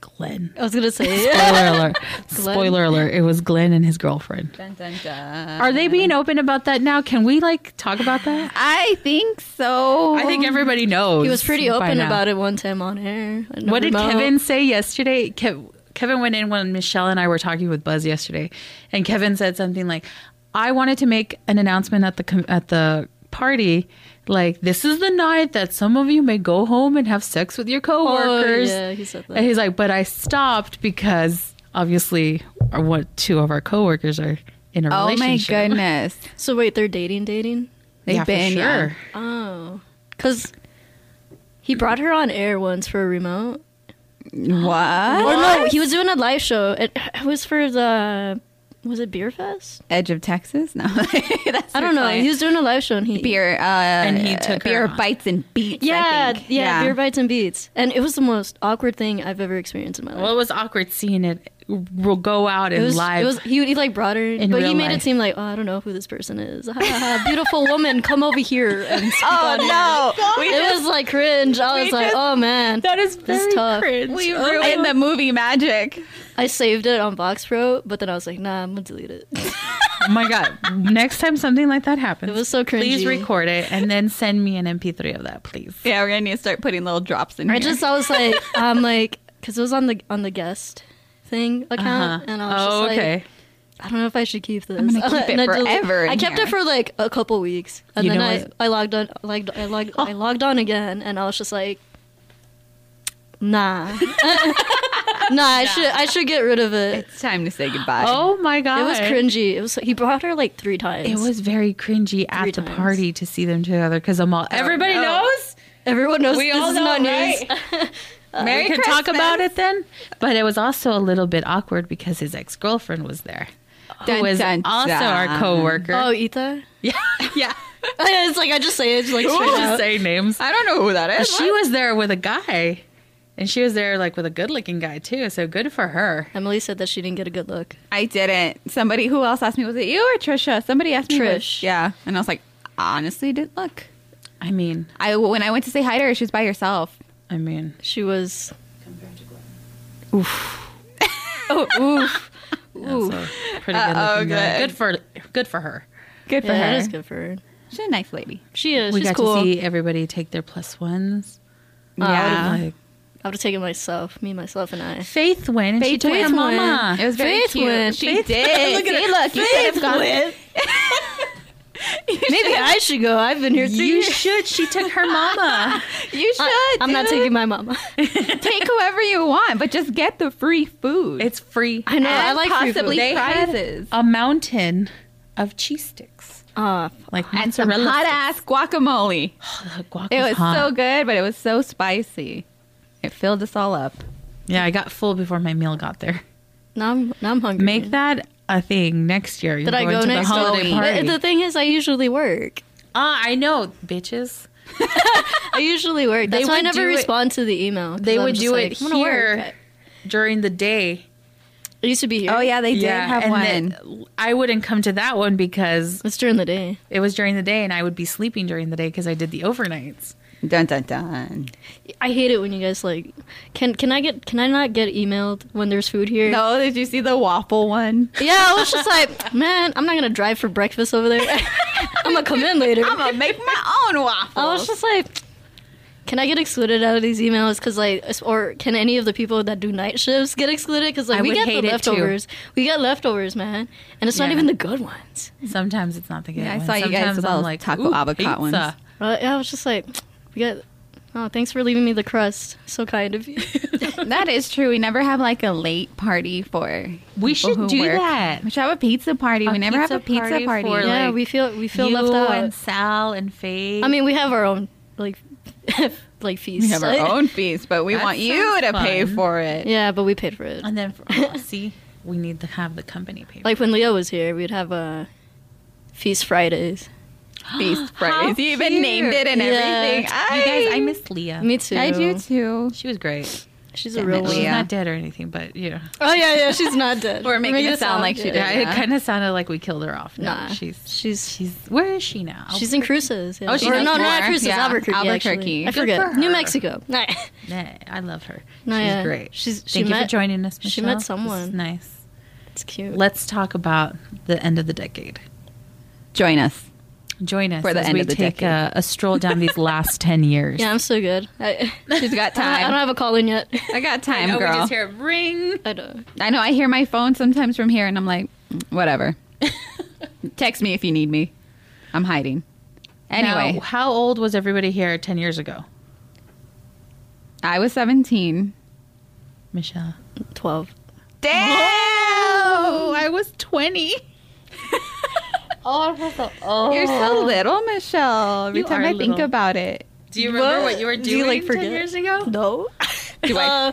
[SPEAKER 1] Glenn.
[SPEAKER 3] I was gonna say
[SPEAKER 1] Spoiler alert.
[SPEAKER 3] Glenn.
[SPEAKER 1] Spoiler alert. It was Glenn and his girlfriend.
[SPEAKER 2] Dun, dun, dun.
[SPEAKER 1] Are they being open about that now? Can we like talk about that?
[SPEAKER 2] I think so.
[SPEAKER 1] I think everybody knows.
[SPEAKER 3] he was pretty
[SPEAKER 1] about
[SPEAKER 3] open
[SPEAKER 1] it.
[SPEAKER 3] about it one time on air. on
[SPEAKER 1] What did
[SPEAKER 3] remote.
[SPEAKER 1] Kevin say yesterday? Kev- Kevin went in when Michelle and I were talking with Buzz yesterday, and Kevin said something like, "I wanted to make an announcement at the com- at the party, like this is the night that some of you may go home and have sex with your coworkers."
[SPEAKER 3] Oh, yeah, he said that.
[SPEAKER 1] And he's like, "But I stopped because obviously, our, what two of our coworkers are in a
[SPEAKER 2] Oh my
[SPEAKER 1] relationship."
[SPEAKER 2] goodness,
[SPEAKER 3] So wait, they're dating, dating?
[SPEAKER 2] they've
[SPEAKER 1] Yeah, for
[SPEAKER 2] been yeah.
[SPEAKER 1] sure.
[SPEAKER 3] Oh, because he brought her on air once for a remote.
[SPEAKER 2] What?
[SPEAKER 3] Or no, he was doing a live show. It, it was for the was it Beer Fest?
[SPEAKER 2] Edge of Texas? No, that's
[SPEAKER 3] I don't know.
[SPEAKER 2] He's
[SPEAKER 3] He was doing a live show and he
[SPEAKER 2] beer. Uh, and
[SPEAKER 1] he took her
[SPEAKER 2] beer
[SPEAKER 1] on.
[SPEAKER 2] bites and beats. I
[SPEAKER 3] Yeah, yeah,
[SPEAKER 2] think.
[SPEAKER 3] beer bites and beats, and it was the most awkward thing I've ever experienced in my life.
[SPEAKER 1] Well, it was awkward seeing it. We'll go out and
[SPEAKER 3] it was
[SPEAKER 1] live.
[SPEAKER 3] it was he, he like brought her,
[SPEAKER 1] In
[SPEAKER 3] but he
[SPEAKER 1] real
[SPEAKER 3] made
[SPEAKER 1] life.
[SPEAKER 3] it seem like oh I don't know who this person is. Ha, ha, ha, Beautiful woman, come over here. And speak
[SPEAKER 2] Oh
[SPEAKER 3] on it.
[SPEAKER 2] no! We
[SPEAKER 3] It was like cringe. I was
[SPEAKER 1] we
[SPEAKER 3] like,
[SPEAKER 1] just-
[SPEAKER 3] oh man,
[SPEAKER 1] that is
[SPEAKER 3] This
[SPEAKER 1] very
[SPEAKER 3] is tough.
[SPEAKER 1] cringe. Oh,
[SPEAKER 2] We ruined the movie magic.
[SPEAKER 3] I saved it on Box Pro, but then I was like, nah, I'm gonna delete it.
[SPEAKER 1] Oh my god! Next time something like that happens,
[SPEAKER 3] It was so cringy.
[SPEAKER 1] Please record it and then send me an MP3 of that, please.
[SPEAKER 2] Yeah, we're gonna need to start putting little drops in.
[SPEAKER 3] I
[SPEAKER 2] here.
[SPEAKER 3] just I was like, I'm like, because it was on the on the guest thing account,
[SPEAKER 1] Uh-huh.
[SPEAKER 3] and I was
[SPEAKER 1] oh,
[SPEAKER 3] just like,
[SPEAKER 1] okay.
[SPEAKER 3] I don't know if I should keep this.
[SPEAKER 2] I'm gonna keep
[SPEAKER 3] And
[SPEAKER 2] it
[SPEAKER 3] I just-
[SPEAKER 2] forever in
[SPEAKER 3] I kept
[SPEAKER 2] here.
[SPEAKER 3] it for like a couple weeks, and
[SPEAKER 1] You
[SPEAKER 3] then
[SPEAKER 1] know
[SPEAKER 3] I,
[SPEAKER 1] what? Oh.
[SPEAKER 3] I logged on, like I logged, I logged on again, and I was just like, nah, nah, I should I should get rid of it.
[SPEAKER 2] It's time to say goodbye.
[SPEAKER 1] Oh my god,
[SPEAKER 3] It was cringy. It was he brought her like three times.
[SPEAKER 1] It was very cringy at
[SPEAKER 3] Three
[SPEAKER 1] the
[SPEAKER 3] times. Oh,
[SPEAKER 1] party to see them together because I'm all everybody
[SPEAKER 2] no.
[SPEAKER 1] knows.
[SPEAKER 3] everyone knows
[SPEAKER 1] We
[SPEAKER 3] this
[SPEAKER 1] all
[SPEAKER 3] is
[SPEAKER 1] know,
[SPEAKER 3] not news.
[SPEAKER 1] right?
[SPEAKER 3] Uh,
[SPEAKER 1] Merry we can talk about it then. But it was also a little bit awkward because his ex girlfriend was there,
[SPEAKER 2] Dun,
[SPEAKER 1] who was
[SPEAKER 2] dun,
[SPEAKER 1] also our
[SPEAKER 2] dun.
[SPEAKER 1] coworker.
[SPEAKER 3] Oh, Etha.
[SPEAKER 1] yeah, yeah.
[SPEAKER 3] it's like I just say it it's like straight
[SPEAKER 1] Just
[SPEAKER 3] out.
[SPEAKER 1] say names.
[SPEAKER 2] I don't know who that is.
[SPEAKER 1] She was there with a guy, and she was there like with a good-looking guy too. So good for her.
[SPEAKER 3] Emily said that she didn't get a good look.
[SPEAKER 2] I didn't. Somebody who else asked me, was it you or Trisha? Somebody asked me. was-
[SPEAKER 3] Trish.
[SPEAKER 2] Yeah. And I was like, honestly, didn't look.
[SPEAKER 1] I mean,
[SPEAKER 2] I when I went to say hi to her, she was by herself.
[SPEAKER 1] I mean,
[SPEAKER 3] She was. Oof. oh, oof. Oof.
[SPEAKER 1] that's a pretty
[SPEAKER 2] Uh-oh,
[SPEAKER 1] good-looking guy.
[SPEAKER 2] good.
[SPEAKER 1] Good for good for her.
[SPEAKER 2] Good for
[SPEAKER 3] yeah,
[SPEAKER 2] her.
[SPEAKER 3] it is good for her.
[SPEAKER 2] She's a nice lady.
[SPEAKER 3] She is.
[SPEAKER 1] we
[SPEAKER 3] she's
[SPEAKER 1] got
[SPEAKER 3] cool.
[SPEAKER 1] to see everybody take their plus ones.
[SPEAKER 2] yeah.
[SPEAKER 1] Like
[SPEAKER 3] I would have taken myself, me, myself, and I.
[SPEAKER 1] Faith went and she
[SPEAKER 3] Faith
[SPEAKER 1] took her
[SPEAKER 3] went.
[SPEAKER 1] mama.
[SPEAKER 2] It was very
[SPEAKER 3] Faith
[SPEAKER 2] cute.
[SPEAKER 3] went.
[SPEAKER 2] She
[SPEAKER 3] Faith-
[SPEAKER 2] did.
[SPEAKER 3] Look at
[SPEAKER 2] See,
[SPEAKER 3] her.
[SPEAKER 2] look, you should have gone.
[SPEAKER 3] Maybe I should go. I've been here three
[SPEAKER 1] you
[SPEAKER 3] years.
[SPEAKER 1] should. She took her mama.
[SPEAKER 2] You should.
[SPEAKER 3] I, am not
[SPEAKER 2] dude.
[SPEAKER 3] taking my mama.
[SPEAKER 2] Take whoever you want, but just get the free food.
[SPEAKER 1] It's free.
[SPEAKER 3] I know. I
[SPEAKER 2] And
[SPEAKER 3] like free
[SPEAKER 2] possibly
[SPEAKER 3] food.
[SPEAKER 1] They had
[SPEAKER 2] prizes
[SPEAKER 1] a mountain of cheese sticks,
[SPEAKER 3] Uh,
[SPEAKER 1] like
[SPEAKER 2] and some
[SPEAKER 1] mozzarella
[SPEAKER 2] hot ass guacamole.
[SPEAKER 1] sticks. The guac
[SPEAKER 2] It was
[SPEAKER 1] hot.
[SPEAKER 2] so good, but it was so spicy. It filled us all up.
[SPEAKER 1] Yeah, I got full before my meal got there.
[SPEAKER 3] now I'm now I'm hungry.
[SPEAKER 1] Make that a thing next year. You're
[SPEAKER 3] Did I
[SPEAKER 1] going
[SPEAKER 3] go
[SPEAKER 1] to
[SPEAKER 3] next
[SPEAKER 1] the holiday
[SPEAKER 3] week?
[SPEAKER 1] party.
[SPEAKER 3] The, the thing is, I usually work.
[SPEAKER 1] Ah, I know, bitches.
[SPEAKER 3] I usually work.
[SPEAKER 1] They
[SPEAKER 3] That's why I
[SPEAKER 1] would
[SPEAKER 3] never
[SPEAKER 1] do it-
[SPEAKER 3] respond to the email. 'cause
[SPEAKER 1] They
[SPEAKER 3] I'm
[SPEAKER 1] would
[SPEAKER 3] just
[SPEAKER 1] do
[SPEAKER 3] like,
[SPEAKER 1] it
[SPEAKER 3] "I'm gonna work."
[SPEAKER 1] here during the day.
[SPEAKER 3] It used to be here.
[SPEAKER 2] Oh yeah, they did have
[SPEAKER 1] and
[SPEAKER 2] one.
[SPEAKER 1] then I wouldn't come to that one because
[SPEAKER 3] It's during the day.
[SPEAKER 1] it was during the day, and I would be sleeping during the day because I did the overnights.
[SPEAKER 2] dun dun dun.
[SPEAKER 3] I hate it when you guys like. Can can I get can I not get emailed when there's food here?
[SPEAKER 2] No, did you see the waffle one?
[SPEAKER 3] Yeah, I was just like, man, I'm not gonna drive for breakfast over there. I'm gonna come in later.
[SPEAKER 2] I'm gonna make my own waffles.
[SPEAKER 3] I was just like, can I get excluded out of these emails? Because like, it's- or can any of the people that do night shifts get excluded? Because like,
[SPEAKER 1] I
[SPEAKER 3] we
[SPEAKER 1] would
[SPEAKER 3] get
[SPEAKER 1] hate
[SPEAKER 3] the
[SPEAKER 1] it, too.
[SPEAKER 3] leftovers. We get leftovers, man, and it's not
[SPEAKER 1] Yeah.
[SPEAKER 3] even the good ones.
[SPEAKER 1] Sometimes it's not the good
[SPEAKER 2] Yeah, I
[SPEAKER 1] one.
[SPEAKER 2] saw you guys
[SPEAKER 1] Sometimes
[SPEAKER 2] with
[SPEAKER 1] I'm
[SPEAKER 2] all
[SPEAKER 1] like
[SPEAKER 2] taco
[SPEAKER 1] "Ooh,
[SPEAKER 2] avocado ones."
[SPEAKER 1] pizza."
[SPEAKER 3] But I was just like, we get. Oh, thanks for leaving me the crust. So kind of you.
[SPEAKER 2] that is true. We never have like a late party for.
[SPEAKER 1] We
[SPEAKER 2] people
[SPEAKER 1] should
[SPEAKER 2] who
[SPEAKER 1] do
[SPEAKER 2] work.
[SPEAKER 1] that.
[SPEAKER 2] We should have a pizza party.
[SPEAKER 1] A
[SPEAKER 2] we never have a
[SPEAKER 1] pizza party
[SPEAKER 2] pizza party.
[SPEAKER 1] for, like,
[SPEAKER 3] yeah, we feel we feel
[SPEAKER 1] you
[SPEAKER 3] left out.
[SPEAKER 1] and Sal and Faye.
[SPEAKER 3] I mean, we have our own like like fees.
[SPEAKER 2] we have our own feast, but we
[SPEAKER 1] That
[SPEAKER 2] want you
[SPEAKER 1] sounds
[SPEAKER 2] to pay
[SPEAKER 1] fun.
[SPEAKER 2] for it.
[SPEAKER 3] Yeah, but we paid for it.
[SPEAKER 1] and then for, oh, see, we need to have the company pay.
[SPEAKER 3] Like when Leo was here, we'd have uh, feast Fridays.
[SPEAKER 2] Feast
[SPEAKER 1] How
[SPEAKER 2] parties. You even
[SPEAKER 1] cute.
[SPEAKER 2] named it and
[SPEAKER 3] Yeah.
[SPEAKER 2] everything. I,
[SPEAKER 1] you guys, I miss Leah.
[SPEAKER 3] Me too.
[SPEAKER 2] I do too.
[SPEAKER 1] She was great.
[SPEAKER 3] She's a real
[SPEAKER 1] She's
[SPEAKER 2] Definitely.
[SPEAKER 3] one.
[SPEAKER 2] Yeah.
[SPEAKER 1] not dead or anything, but you know.
[SPEAKER 3] Oh yeah, yeah. She's not dead.
[SPEAKER 2] We're making it sound like she
[SPEAKER 3] dead.
[SPEAKER 2] did.
[SPEAKER 1] Yeah,
[SPEAKER 2] Yeah.
[SPEAKER 1] it kind of sounded like we killed her off. No,
[SPEAKER 3] Nah,
[SPEAKER 1] she's
[SPEAKER 3] she's she's
[SPEAKER 1] she's where is she now?
[SPEAKER 3] she's in Cruces. Yeah.
[SPEAKER 1] Oh, she
[SPEAKER 3] Or
[SPEAKER 1] does
[SPEAKER 3] no, not
[SPEAKER 2] more.
[SPEAKER 3] Cruces.
[SPEAKER 2] Yeah,
[SPEAKER 3] Albuquerque.
[SPEAKER 2] Albuquerque.
[SPEAKER 3] actually. I
[SPEAKER 2] Good
[SPEAKER 1] for
[SPEAKER 3] forget.
[SPEAKER 1] her.
[SPEAKER 3] New Mexico. Nah.
[SPEAKER 1] Nah, I love her.
[SPEAKER 3] No,
[SPEAKER 1] she's
[SPEAKER 3] yeah.
[SPEAKER 1] great.
[SPEAKER 3] She's- she
[SPEAKER 1] thank you for
[SPEAKER 3] met-
[SPEAKER 1] joining us. Michelle.
[SPEAKER 3] she met
[SPEAKER 1] This is
[SPEAKER 3] someone.
[SPEAKER 1] nice.
[SPEAKER 3] it's cute.
[SPEAKER 1] Let's talk about the end of the decade.
[SPEAKER 2] Join us.
[SPEAKER 1] Join us
[SPEAKER 2] For the
[SPEAKER 1] as
[SPEAKER 2] end
[SPEAKER 1] we
[SPEAKER 2] of the
[SPEAKER 1] take
[SPEAKER 2] decade.
[SPEAKER 1] A, a stroll down these last ten years.
[SPEAKER 3] yeah, I'm so good. I,
[SPEAKER 2] She's got
[SPEAKER 3] I, don't, I don't
[SPEAKER 2] time.
[SPEAKER 3] have a call in yet.
[SPEAKER 2] I got time,
[SPEAKER 1] Oh, we
[SPEAKER 2] girl.
[SPEAKER 1] just hear a ring.
[SPEAKER 3] I don't.
[SPEAKER 2] I know I hear my phone sometimes from here and I'm like, "Mm, whatever. Text me if you need me. I'm hiding. Anyway,
[SPEAKER 1] Now, how old was everybody here ten years ago,
[SPEAKER 2] I was 17.
[SPEAKER 1] Michelle?
[SPEAKER 3] Twelve.
[SPEAKER 2] Damn!
[SPEAKER 1] Oh, I was twenty.
[SPEAKER 2] You're
[SPEAKER 3] Oh.
[SPEAKER 2] so little, Michelle. Every
[SPEAKER 1] You
[SPEAKER 2] time
[SPEAKER 1] are
[SPEAKER 2] I think
[SPEAKER 1] little.
[SPEAKER 2] about it.
[SPEAKER 1] Do you remember
[SPEAKER 3] Whoa.
[SPEAKER 1] what you were
[SPEAKER 3] Do
[SPEAKER 1] doing
[SPEAKER 3] you, like,
[SPEAKER 1] ten
[SPEAKER 3] forget?
[SPEAKER 1] years ago?
[SPEAKER 3] No.
[SPEAKER 2] Do I-
[SPEAKER 3] Uh,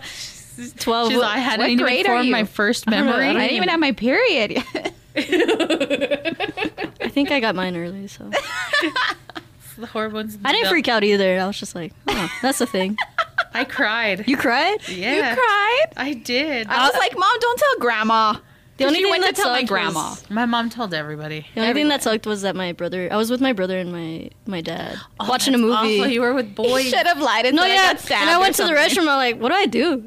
[SPEAKER 3] Twelve.
[SPEAKER 1] She's like, I hadn't
[SPEAKER 2] what
[SPEAKER 1] even
[SPEAKER 2] grade are
[SPEAKER 1] formed
[SPEAKER 2] you?
[SPEAKER 1] my first
[SPEAKER 3] don't know.
[SPEAKER 1] memory.
[SPEAKER 3] I
[SPEAKER 2] I
[SPEAKER 3] don't
[SPEAKER 2] didn't even have my period yet.
[SPEAKER 3] I think I got mine early, so
[SPEAKER 1] the hormones.
[SPEAKER 3] I didn't
[SPEAKER 1] develop-
[SPEAKER 3] freak out either. I was just like, oh, that's a thing.
[SPEAKER 1] I cried.
[SPEAKER 3] You cried?
[SPEAKER 1] yeah,
[SPEAKER 2] You cried?
[SPEAKER 1] I did.
[SPEAKER 2] I was like, Mom, don't tell grandma.
[SPEAKER 3] The only
[SPEAKER 2] she
[SPEAKER 3] thing
[SPEAKER 2] went to
[SPEAKER 3] that
[SPEAKER 2] tell my
[SPEAKER 3] sucked
[SPEAKER 2] grandma.
[SPEAKER 3] was-
[SPEAKER 1] my mom told everybody.
[SPEAKER 3] The only thing that sucked was that my brother. I was with my brother and my my dad watching a movie.
[SPEAKER 1] Also, Oh, you were with boys.
[SPEAKER 2] Should have lied. and
[SPEAKER 3] no,
[SPEAKER 2] said I
[SPEAKER 3] yeah,
[SPEAKER 2] got stabbed
[SPEAKER 3] and I
[SPEAKER 2] or
[SPEAKER 3] went to the
[SPEAKER 2] something.
[SPEAKER 3] restroom. I'm like, what do I do?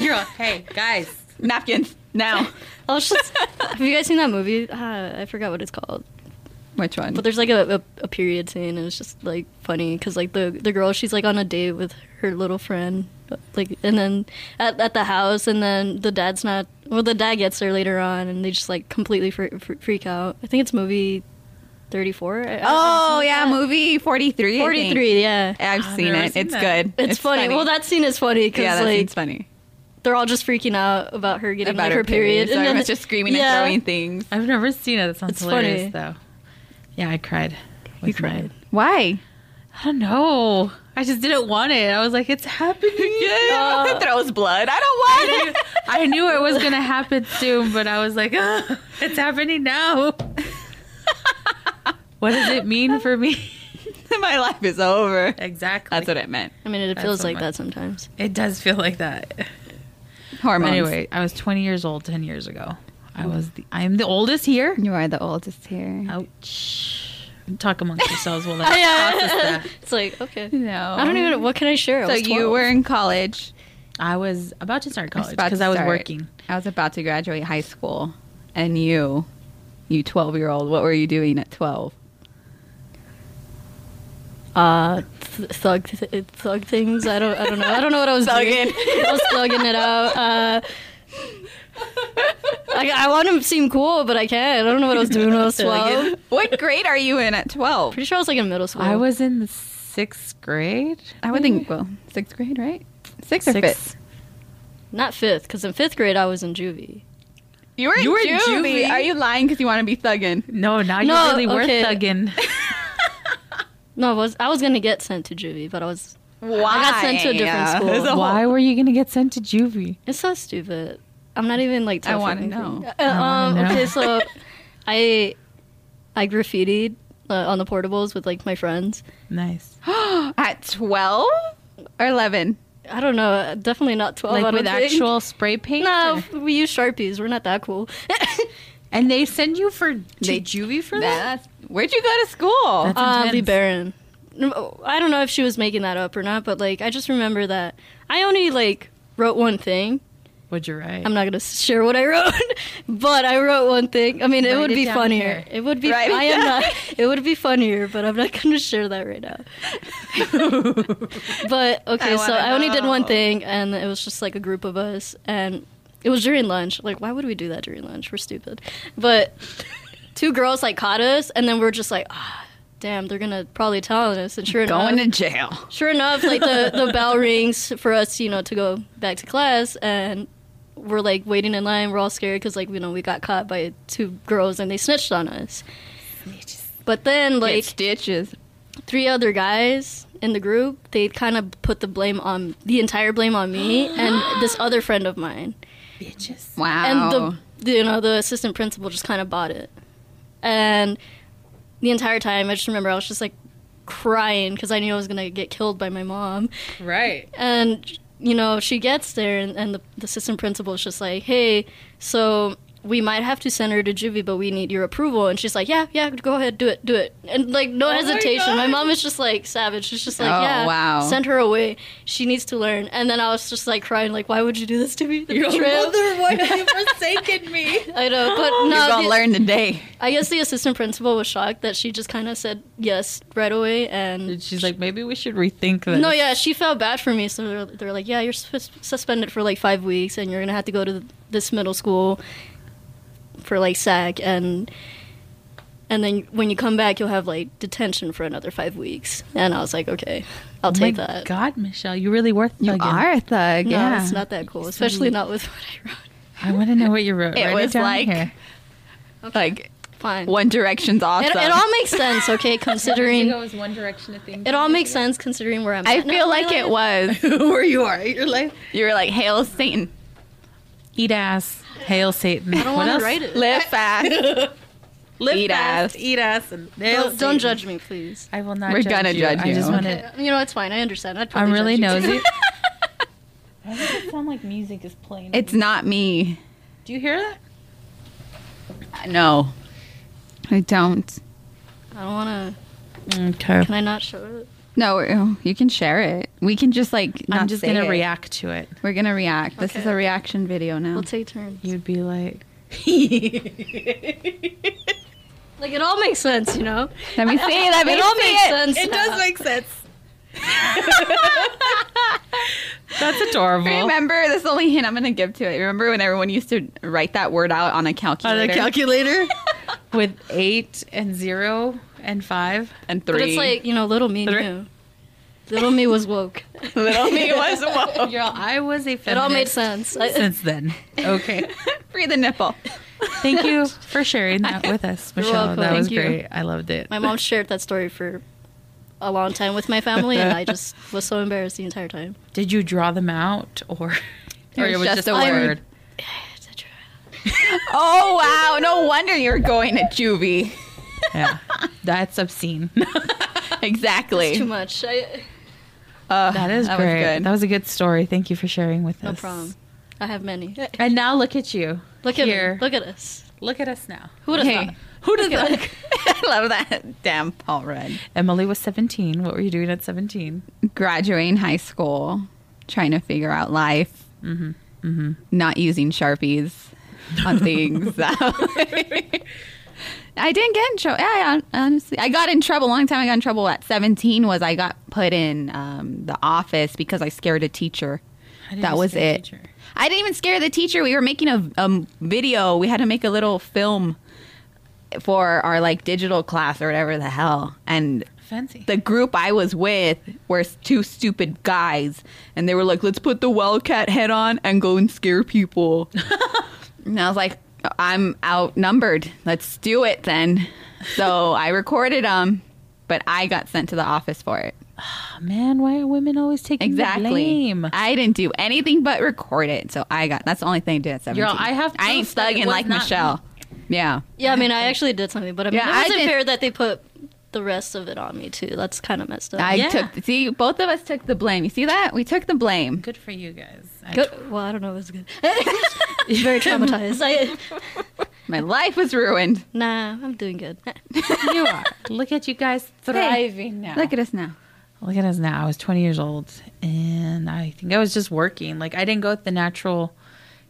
[SPEAKER 1] You're all, hey guys.
[SPEAKER 2] Napkins now.
[SPEAKER 3] I was just. have you guys seen that movie? Uh, I forgot what it's called.
[SPEAKER 2] Which one?
[SPEAKER 3] But there's like a, a, a period scene, and it's just like funny because like the the girl, she's like on a date with her little friend, like and then at, at the house and then the dad's not well the dad gets there later on and they just like completely fre- fre- freak out i think it's movie 34 I- I-
[SPEAKER 2] Oh yeah, movie forty three.
[SPEAKER 3] 43 yeah
[SPEAKER 2] I've
[SPEAKER 1] I've
[SPEAKER 2] seen
[SPEAKER 1] never
[SPEAKER 2] it.
[SPEAKER 1] seen
[SPEAKER 2] it's
[SPEAKER 1] that.
[SPEAKER 2] good.
[SPEAKER 3] it's, funny. well that scene is funny because
[SPEAKER 2] yeah, that
[SPEAKER 3] like
[SPEAKER 2] seems funny.
[SPEAKER 3] they're all just freaking out about her getting
[SPEAKER 2] About
[SPEAKER 3] like,
[SPEAKER 2] her period, so
[SPEAKER 3] and then
[SPEAKER 2] everyone's just screaming
[SPEAKER 3] yeah.
[SPEAKER 2] and throwing things.
[SPEAKER 1] I've never seen it. That sounds
[SPEAKER 3] It's
[SPEAKER 1] hilarious,
[SPEAKER 3] funny.
[SPEAKER 1] though. Yeah, I cried.
[SPEAKER 3] You
[SPEAKER 1] with
[SPEAKER 3] cried.
[SPEAKER 1] mine.
[SPEAKER 2] Why?
[SPEAKER 1] I don't know. I just didn't want it. I was like, it's happening.
[SPEAKER 3] Uh,
[SPEAKER 2] it throws blood. I don't want it.
[SPEAKER 1] I knew it was gonna happen soon, but I was like, "Ugh, it's happening now. what does it mean for me?
[SPEAKER 2] My life is over.
[SPEAKER 1] Exactly.
[SPEAKER 2] That's what it meant.
[SPEAKER 3] I mean, it
[SPEAKER 1] That's
[SPEAKER 3] feels
[SPEAKER 1] so
[SPEAKER 3] like
[SPEAKER 1] much.
[SPEAKER 3] that sometimes.
[SPEAKER 1] It does feel like that.
[SPEAKER 2] Hormones.
[SPEAKER 1] Anyway, I was 20 years old 10 years ago. I was the, I am the oldest here.
[SPEAKER 2] you are the oldest here.
[SPEAKER 1] Ouch. Talk amongst yourselves while I uh, process that.
[SPEAKER 3] It's like okay,
[SPEAKER 2] No,
[SPEAKER 3] I don't even. What can I share? I
[SPEAKER 2] Um, So
[SPEAKER 3] was
[SPEAKER 2] you
[SPEAKER 3] 12.
[SPEAKER 2] were in college.
[SPEAKER 1] I was about to start college
[SPEAKER 2] about
[SPEAKER 1] because
[SPEAKER 2] to
[SPEAKER 1] I was
[SPEAKER 2] start.
[SPEAKER 1] working.
[SPEAKER 2] I was about to graduate high school, and you, you twelve year old, what were you doing at twelve?
[SPEAKER 3] uh th- thug th- thug things. I don't I don't know. I don't know what I was doing. I was thugging it out. Uh, I, I want to seem cool, but I can't. I don't know what I was doing when I was twelve.
[SPEAKER 2] what grade are you in at twelve?
[SPEAKER 3] Pretty sure I was like in middle school.
[SPEAKER 1] I was in the sixth grade.
[SPEAKER 2] I would think well, sixth grade, right? Sixth or
[SPEAKER 1] Sixth.
[SPEAKER 2] fifth?
[SPEAKER 3] not fifth because in fifth grade I was in juvie.
[SPEAKER 2] You were in
[SPEAKER 1] You were in
[SPEAKER 2] juvie.
[SPEAKER 1] juvie.
[SPEAKER 2] Are you lying because you want to be thugging?
[SPEAKER 1] No, now you
[SPEAKER 3] No,
[SPEAKER 1] really
[SPEAKER 3] okay.
[SPEAKER 1] were thugging.
[SPEAKER 3] No, I was I was gonna get sent to juvie, but I was.
[SPEAKER 2] Why?
[SPEAKER 3] got sent to a different school.
[SPEAKER 2] There's a
[SPEAKER 1] Why
[SPEAKER 2] whole-
[SPEAKER 1] were you gonna get sent to juvie?
[SPEAKER 3] It's so stupid. I'm not even like.
[SPEAKER 2] I
[SPEAKER 3] tough or
[SPEAKER 2] wanna
[SPEAKER 3] anything.
[SPEAKER 2] know.
[SPEAKER 3] Uh, um,
[SPEAKER 1] know.
[SPEAKER 3] okay, so I I graffitied uh, on the portables with like my friends.
[SPEAKER 1] Nice.
[SPEAKER 2] at twelve or eleven?
[SPEAKER 3] I don't know. uh, Definitely not twelve. I
[SPEAKER 1] like
[SPEAKER 3] don't
[SPEAKER 1] with
[SPEAKER 3] think.
[SPEAKER 1] actual spray paint?
[SPEAKER 3] No,
[SPEAKER 1] or-
[SPEAKER 3] we use sharpies. We're not that cool. Um,
[SPEAKER 1] And they send you for to
[SPEAKER 2] They-
[SPEAKER 1] juvie for that?
[SPEAKER 2] That's where'd you go to school?
[SPEAKER 1] That's
[SPEAKER 3] uh, Lee
[SPEAKER 1] intense.
[SPEAKER 3] Barron. No, I don't know if she was making that up or not, but like I just remember that I only like wrote one thing.
[SPEAKER 1] Would you write?
[SPEAKER 3] I'm not gonna share what I wrote, but I wrote one thing. I mean, it
[SPEAKER 1] Write
[SPEAKER 3] would
[SPEAKER 1] it
[SPEAKER 3] be
[SPEAKER 1] down
[SPEAKER 3] funnier.
[SPEAKER 1] here.
[SPEAKER 3] It would be.
[SPEAKER 2] Write it
[SPEAKER 3] I am not. It would be funnier, but I'm not gonna share that right now. But okay, so
[SPEAKER 2] wanna
[SPEAKER 3] I only did one
[SPEAKER 2] know.
[SPEAKER 3] thing, and it was just like a group of us, and it was during lunch. Like, why would we do that during lunch? We're stupid. But two girls like caught us, and then we're just like, ah, damn, they're gonna probably tell on us. And sure enough,
[SPEAKER 2] Going to jail.
[SPEAKER 3] sure enough, like the the bell rings for us, you know, to go back to class, and we're like waiting in line. We're all scared because like you know we got caught by two girls and they snitched on us. But then
[SPEAKER 2] Get
[SPEAKER 3] like
[SPEAKER 2] stitches.
[SPEAKER 3] three other guys in the group, they kind of put the blame on the entire blame on me and this other friend of mine.
[SPEAKER 1] Bitches.
[SPEAKER 2] Wow.
[SPEAKER 3] And the, the you know the assistant principal just kind of bought it, and the entire time I just remember I was just like crying because I knew I was gonna get killed by my mom.
[SPEAKER 1] Right.
[SPEAKER 3] And you know, she gets there, and, and the, the assistant principal is just like, "Hey, so we might have to send her to juvie, but we need your approval." And she's like, "Yeah, yeah, go ahead, do it, do it." And like, no
[SPEAKER 1] my
[SPEAKER 3] hesitation. My,
[SPEAKER 1] God.
[SPEAKER 3] mom is just like savage. She's just like,
[SPEAKER 2] Oh,
[SPEAKER 3] "Yeah,
[SPEAKER 2] wow.
[SPEAKER 3] send her away. She needs to learn." And then I was just like crying, like, "Why would you do this to me?" The betrayal.
[SPEAKER 1] why have you forsaken me?
[SPEAKER 3] I know, but
[SPEAKER 2] You're
[SPEAKER 3] no.
[SPEAKER 2] gonna
[SPEAKER 3] the-
[SPEAKER 2] learn today.
[SPEAKER 3] I guess the assistant principal was shocked that she just kind of said yes right away, and
[SPEAKER 1] And she's like, maybe we should rethink this.
[SPEAKER 3] No, yeah, she felt bad for me. So they're, they're like, yeah, you're sus- suspended for like five weeks, and you're gonna have to go to this middle school for like SAC, and and then when you come back, you'll have like detention for another five weeks. And I was like, okay, I'll
[SPEAKER 1] Oh my
[SPEAKER 3] take that.
[SPEAKER 1] God, Michelle, you really were thugging.
[SPEAKER 2] You are a thug.
[SPEAKER 3] No,
[SPEAKER 2] yeah.
[SPEAKER 3] it's not that cool, especially not with what I wrote.
[SPEAKER 1] I want to know what you wrote.
[SPEAKER 2] It
[SPEAKER 1] Write
[SPEAKER 2] was
[SPEAKER 1] down
[SPEAKER 2] like-
[SPEAKER 1] here.
[SPEAKER 2] Like
[SPEAKER 3] Fine,
[SPEAKER 2] One Direction's awesome.
[SPEAKER 3] it, it all makes sense, okay? Considering
[SPEAKER 1] was One Direction a thing.
[SPEAKER 3] it all makes sense, considering where I'm.
[SPEAKER 2] I
[SPEAKER 3] at. No,
[SPEAKER 2] feel like
[SPEAKER 3] really?
[SPEAKER 2] it was.
[SPEAKER 1] Where you are, your life.
[SPEAKER 2] You were like, "Hail Satan,
[SPEAKER 1] Eat ass, hail Satan.
[SPEAKER 3] I don't
[SPEAKER 1] what
[SPEAKER 3] want
[SPEAKER 1] else?
[SPEAKER 3] to write it.
[SPEAKER 2] live fast."
[SPEAKER 1] Live
[SPEAKER 2] Eat
[SPEAKER 1] fast,
[SPEAKER 2] ass.
[SPEAKER 1] eat ass, and hail
[SPEAKER 3] Don't, don't
[SPEAKER 1] Satan.
[SPEAKER 3] judge me, please.
[SPEAKER 1] I will not.
[SPEAKER 2] We're gonna judge
[SPEAKER 1] I just
[SPEAKER 2] you.
[SPEAKER 1] want
[SPEAKER 3] Okay,
[SPEAKER 1] to.
[SPEAKER 3] You know, it's fine. I understand. I'd
[SPEAKER 1] I'm
[SPEAKER 3] probably
[SPEAKER 1] really
[SPEAKER 3] judge you too.
[SPEAKER 1] nosy. Why does it sound like music is playing?
[SPEAKER 2] it's not me.
[SPEAKER 1] Do you hear that?
[SPEAKER 2] No, I don't.
[SPEAKER 3] I don't want to.
[SPEAKER 1] Mm, Okay.
[SPEAKER 3] Can I not show it?
[SPEAKER 2] No, oh, you can share it. We can just like. Not
[SPEAKER 1] I'm just
[SPEAKER 2] say
[SPEAKER 1] gonna
[SPEAKER 2] it.
[SPEAKER 1] react to it.
[SPEAKER 2] We're gonna react. This is
[SPEAKER 3] Okay.
[SPEAKER 2] a reaction video now.
[SPEAKER 3] We'll take turns.
[SPEAKER 1] You'd be like,
[SPEAKER 3] Like it all makes sense, you know.
[SPEAKER 2] let me see. Let me
[SPEAKER 3] it all
[SPEAKER 2] see
[SPEAKER 3] makes
[SPEAKER 2] it.
[SPEAKER 3] sense. now.
[SPEAKER 1] make sense. That's adorable.
[SPEAKER 2] Remember, that's the only hint I'm going to give to it. Remember when everyone used to write that word out on a
[SPEAKER 3] on
[SPEAKER 2] calculator?
[SPEAKER 3] a calculator.
[SPEAKER 1] With eight and zero and five.
[SPEAKER 2] and three.
[SPEAKER 3] but it's like you know, little me
[SPEAKER 1] Three.
[SPEAKER 3] knew. Little me was woke.
[SPEAKER 2] little me was woke.
[SPEAKER 1] Girl, I was a feminist.
[SPEAKER 3] It all made sense. I-
[SPEAKER 1] since then. Okay.
[SPEAKER 2] Free the nipple.
[SPEAKER 1] Thank you for sharing that with us,
[SPEAKER 3] You're
[SPEAKER 1] Michelle.
[SPEAKER 3] welcome.
[SPEAKER 1] That was
[SPEAKER 3] Thank you.
[SPEAKER 1] great. I loved it.
[SPEAKER 3] my mom shared that story for a long time with my family, and I just was so embarrassed the entire time.
[SPEAKER 1] Did you draw them out or or
[SPEAKER 2] was
[SPEAKER 1] it was
[SPEAKER 2] just
[SPEAKER 1] just,
[SPEAKER 2] a
[SPEAKER 1] a
[SPEAKER 2] word.
[SPEAKER 1] word?
[SPEAKER 2] Oh, wow. No wonder you're going to juvie.
[SPEAKER 1] Yeah. That's obscene.
[SPEAKER 2] Exactly.
[SPEAKER 3] Too much. I,
[SPEAKER 2] Uh,
[SPEAKER 1] That is
[SPEAKER 2] that was
[SPEAKER 1] great.
[SPEAKER 2] good.
[SPEAKER 1] That was a good story. Thank you for sharing with
[SPEAKER 3] no
[SPEAKER 1] us.
[SPEAKER 3] problem. I have many.
[SPEAKER 1] And now look at you.
[SPEAKER 3] Look at
[SPEAKER 1] Here.
[SPEAKER 3] me. Look at us.
[SPEAKER 1] Look at us now.
[SPEAKER 3] Who does
[SPEAKER 2] Hey.
[SPEAKER 3] not?
[SPEAKER 1] Who does
[SPEAKER 3] Okay.
[SPEAKER 1] that?
[SPEAKER 2] I love that. Damn, Paul Rudd.
[SPEAKER 1] Emily was 17. What were you doing at 17?
[SPEAKER 2] Graduating high school, trying to figure out life,
[SPEAKER 1] Mm-hmm.
[SPEAKER 2] not using Sharpies on things. I didn't get in trouble. Yeah, I, honestly, I got in trouble. Long time I got in trouble at 17 was I got put in um, the office because I scared a teacher.
[SPEAKER 1] didn't
[SPEAKER 2] That
[SPEAKER 1] you
[SPEAKER 2] was
[SPEAKER 1] scare a
[SPEAKER 2] it.
[SPEAKER 1] teacher?
[SPEAKER 2] I didn't even scare the teacher. We were making a um, video. We had to make a little film for our like digital class or whatever the hell. And
[SPEAKER 1] Fancy.
[SPEAKER 2] the group I was with were s- two stupid guys, and they were like, "Let's put the wildcat head on and go and scare people." and I was like, "I'm outnumbered. Let's do it then." So I recorded them, but I got sent to the office for it.
[SPEAKER 1] Oh, man, why are women always taking
[SPEAKER 2] Exactly.
[SPEAKER 1] the blame?
[SPEAKER 2] I didn't do anything but record it. So I got that's the only thing I did at seventeen.
[SPEAKER 1] Girl, I have
[SPEAKER 2] I ain't
[SPEAKER 1] proof that it
[SPEAKER 2] thugging
[SPEAKER 1] was
[SPEAKER 2] like
[SPEAKER 1] not
[SPEAKER 2] Michelle. Yeah.
[SPEAKER 3] Yeah, I mean, I actually did something, but I mean,
[SPEAKER 2] Yeah, I
[SPEAKER 3] it wasn't
[SPEAKER 2] did-
[SPEAKER 3] fair that they put the rest of it on me too. That's kind of messed up.
[SPEAKER 2] I
[SPEAKER 1] Yeah.
[SPEAKER 2] took see both of us took the blame. You see that? We took the blame.
[SPEAKER 1] Good for you guys. I-
[SPEAKER 3] Good. Well, I don't know. It was good. Very traumatized. I,
[SPEAKER 2] My life was ruined.
[SPEAKER 3] nah, I'm doing good.
[SPEAKER 1] you are. Look at you guys thriving now.
[SPEAKER 2] Look at us now.
[SPEAKER 1] Look at us now. I was 20 years old and I think I was just working. Like, I didn't go with the natural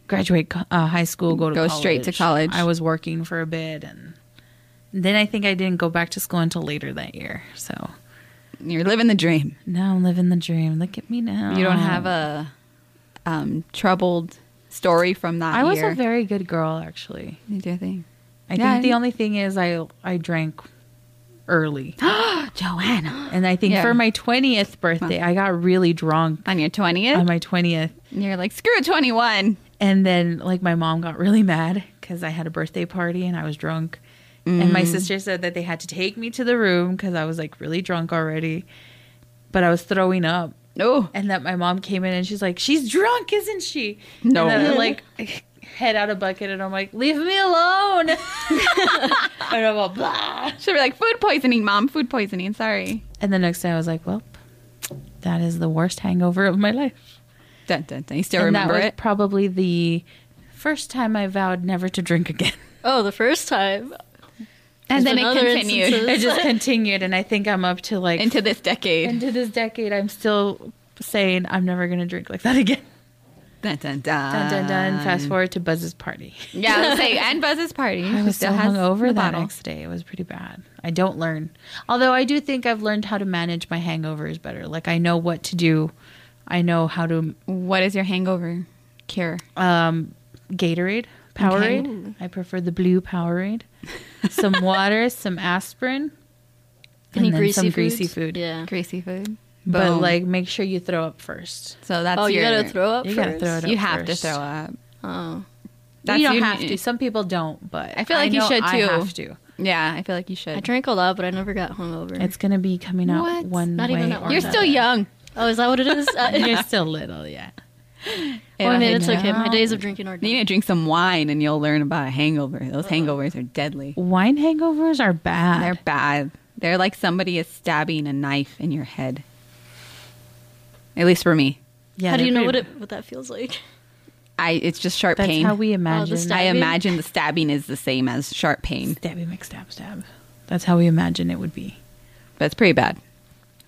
[SPEAKER 1] graduate co- uh, high school, go to
[SPEAKER 2] Go straight to college.
[SPEAKER 1] I was working for a bit and then I think I didn't go back to school until later that year. So
[SPEAKER 2] You're living the dream.
[SPEAKER 1] now I'm living the dream. Look at me now.
[SPEAKER 2] You don't have a um, troubled story from that
[SPEAKER 1] I was
[SPEAKER 2] year.
[SPEAKER 1] a very good girl, actually.
[SPEAKER 2] you do think?
[SPEAKER 1] I
[SPEAKER 2] Yeah, I
[SPEAKER 1] think the
[SPEAKER 2] didn't-
[SPEAKER 1] only thing is I I drank early.
[SPEAKER 2] Joanna.
[SPEAKER 1] and I think
[SPEAKER 2] Yeah.
[SPEAKER 1] for my 20th birthday, I got really drunk
[SPEAKER 2] On your twentieth,
[SPEAKER 1] on my 20th.
[SPEAKER 2] you're like screw twenty one.
[SPEAKER 1] And then, like, my mom got really mad because I had a birthday party and I was drunk. And
[SPEAKER 2] Mm.
[SPEAKER 1] my sister said that they had to take me to the room because I was like really drunk already, but I was throwing up.
[SPEAKER 2] Oh,
[SPEAKER 1] And that my mom came in and she's like, "She's drunk, isn't she?"
[SPEAKER 2] No.
[SPEAKER 1] And then I, like head out a bucket and I'm like, "Leave me alone!" and I'm all blah.
[SPEAKER 2] she'll be like food poisoning, mom. Food poisoning. Sorry.
[SPEAKER 1] And the next day I was like, "Well, that is the worst hangover of my life."
[SPEAKER 2] Dun, dun, dun. You still
[SPEAKER 1] and
[SPEAKER 2] remember
[SPEAKER 1] that was
[SPEAKER 2] it?
[SPEAKER 1] probably the first time I vowed never to drink again.
[SPEAKER 3] Oh, the first time.
[SPEAKER 2] And
[SPEAKER 3] There's
[SPEAKER 2] then it
[SPEAKER 3] been other
[SPEAKER 2] continued
[SPEAKER 3] instances.
[SPEAKER 1] it just continued, and I think I'm up to like into,
[SPEAKER 2] into this decade.
[SPEAKER 1] this decade. I'm still saying I'm never gonna drink like that again.
[SPEAKER 2] Dun, dun, dun.
[SPEAKER 1] Dun dun
[SPEAKER 2] Um,
[SPEAKER 1] dun. Fast forward to Buzz's party.
[SPEAKER 2] Yeah, I was saying, and Buzz's party.
[SPEAKER 1] I
[SPEAKER 2] She
[SPEAKER 1] was
[SPEAKER 2] still
[SPEAKER 1] so
[SPEAKER 2] has
[SPEAKER 1] hungover
[SPEAKER 2] the
[SPEAKER 1] that
[SPEAKER 2] bottle.
[SPEAKER 1] next day. It was pretty bad. I don't learn, although I do think I've learned how to manage my hangovers better. Like I know what to do. I know how to
[SPEAKER 2] What is your hangover cure?
[SPEAKER 1] um, Gatorade, Powerade. I prefer the blue Powerade. Some water, some aspirin,
[SPEAKER 3] Any
[SPEAKER 1] then
[SPEAKER 3] greasy
[SPEAKER 1] some
[SPEAKER 3] food?
[SPEAKER 1] greasy food.
[SPEAKER 3] Yeah.
[SPEAKER 2] Greasy food.
[SPEAKER 1] Uh-huh. But
[SPEAKER 2] Boom.
[SPEAKER 1] like, make sure you throw up first.
[SPEAKER 2] so that's
[SPEAKER 3] oh, you
[SPEAKER 2] your,
[SPEAKER 3] gotta throw up.
[SPEAKER 1] you
[SPEAKER 3] first?
[SPEAKER 1] gotta throw it up.
[SPEAKER 2] You have
[SPEAKER 1] first.
[SPEAKER 2] to throw up.
[SPEAKER 3] Oh.
[SPEAKER 2] That's-
[SPEAKER 1] you don't
[SPEAKER 2] you-
[SPEAKER 1] have to. Some people don't, but
[SPEAKER 2] I feel like you
[SPEAKER 1] know
[SPEAKER 2] should,
[SPEAKER 1] I
[SPEAKER 2] too.
[SPEAKER 1] have to.
[SPEAKER 2] Yeah, I feel like you
[SPEAKER 3] I
[SPEAKER 2] should.
[SPEAKER 3] drank a lot, but I never got hungover.
[SPEAKER 1] It's gonna be coming out
[SPEAKER 2] What?
[SPEAKER 1] one
[SPEAKER 3] Not
[SPEAKER 1] way.
[SPEAKER 3] even an
[SPEAKER 1] or
[SPEAKER 3] orange.
[SPEAKER 2] You're
[SPEAKER 1] another.
[SPEAKER 2] still young.
[SPEAKER 3] oh, is that what it is? I,
[SPEAKER 1] You're still little, yeah.
[SPEAKER 3] well, I mean, it's
[SPEAKER 2] It'll
[SPEAKER 3] okay. My
[SPEAKER 2] help.
[SPEAKER 3] days of drinking are
[SPEAKER 2] You need
[SPEAKER 3] done.
[SPEAKER 2] to drink some wine, and you'll learn about a hangover. Those hangovers are deadly.
[SPEAKER 1] Wine hangovers are bad.
[SPEAKER 2] They're bad. They're like somebody is stabbing a knife in your head. At least for me,
[SPEAKER 1] yeah,
[SPEAKER 3] How do
[SPEAKER 1] they're
[SPEAKER 3] you know
[SPEAKER 1] pretty
[SPEAKER 3] what
[SPEAKER 1] bad.
[SPEAKER 3] it what that feels like?
[SPEAKER 2] I it's just sharp
[SPEAKER 1] That's
[SPEAKER 2] pain. Oh,
[SPEAKER 1] how we imagine.
[SPEAKER 3] stab-
[SPEAKER 2] I
[SPEAKER 3] Stabbing?
[SPEAKER 2] imagine the stabbing is the same as sharp pain,
[SPEAKER 1] Stabby McStab stab. That's how we imagine it would be.
[SPEAKER 2] but it's pretty bad.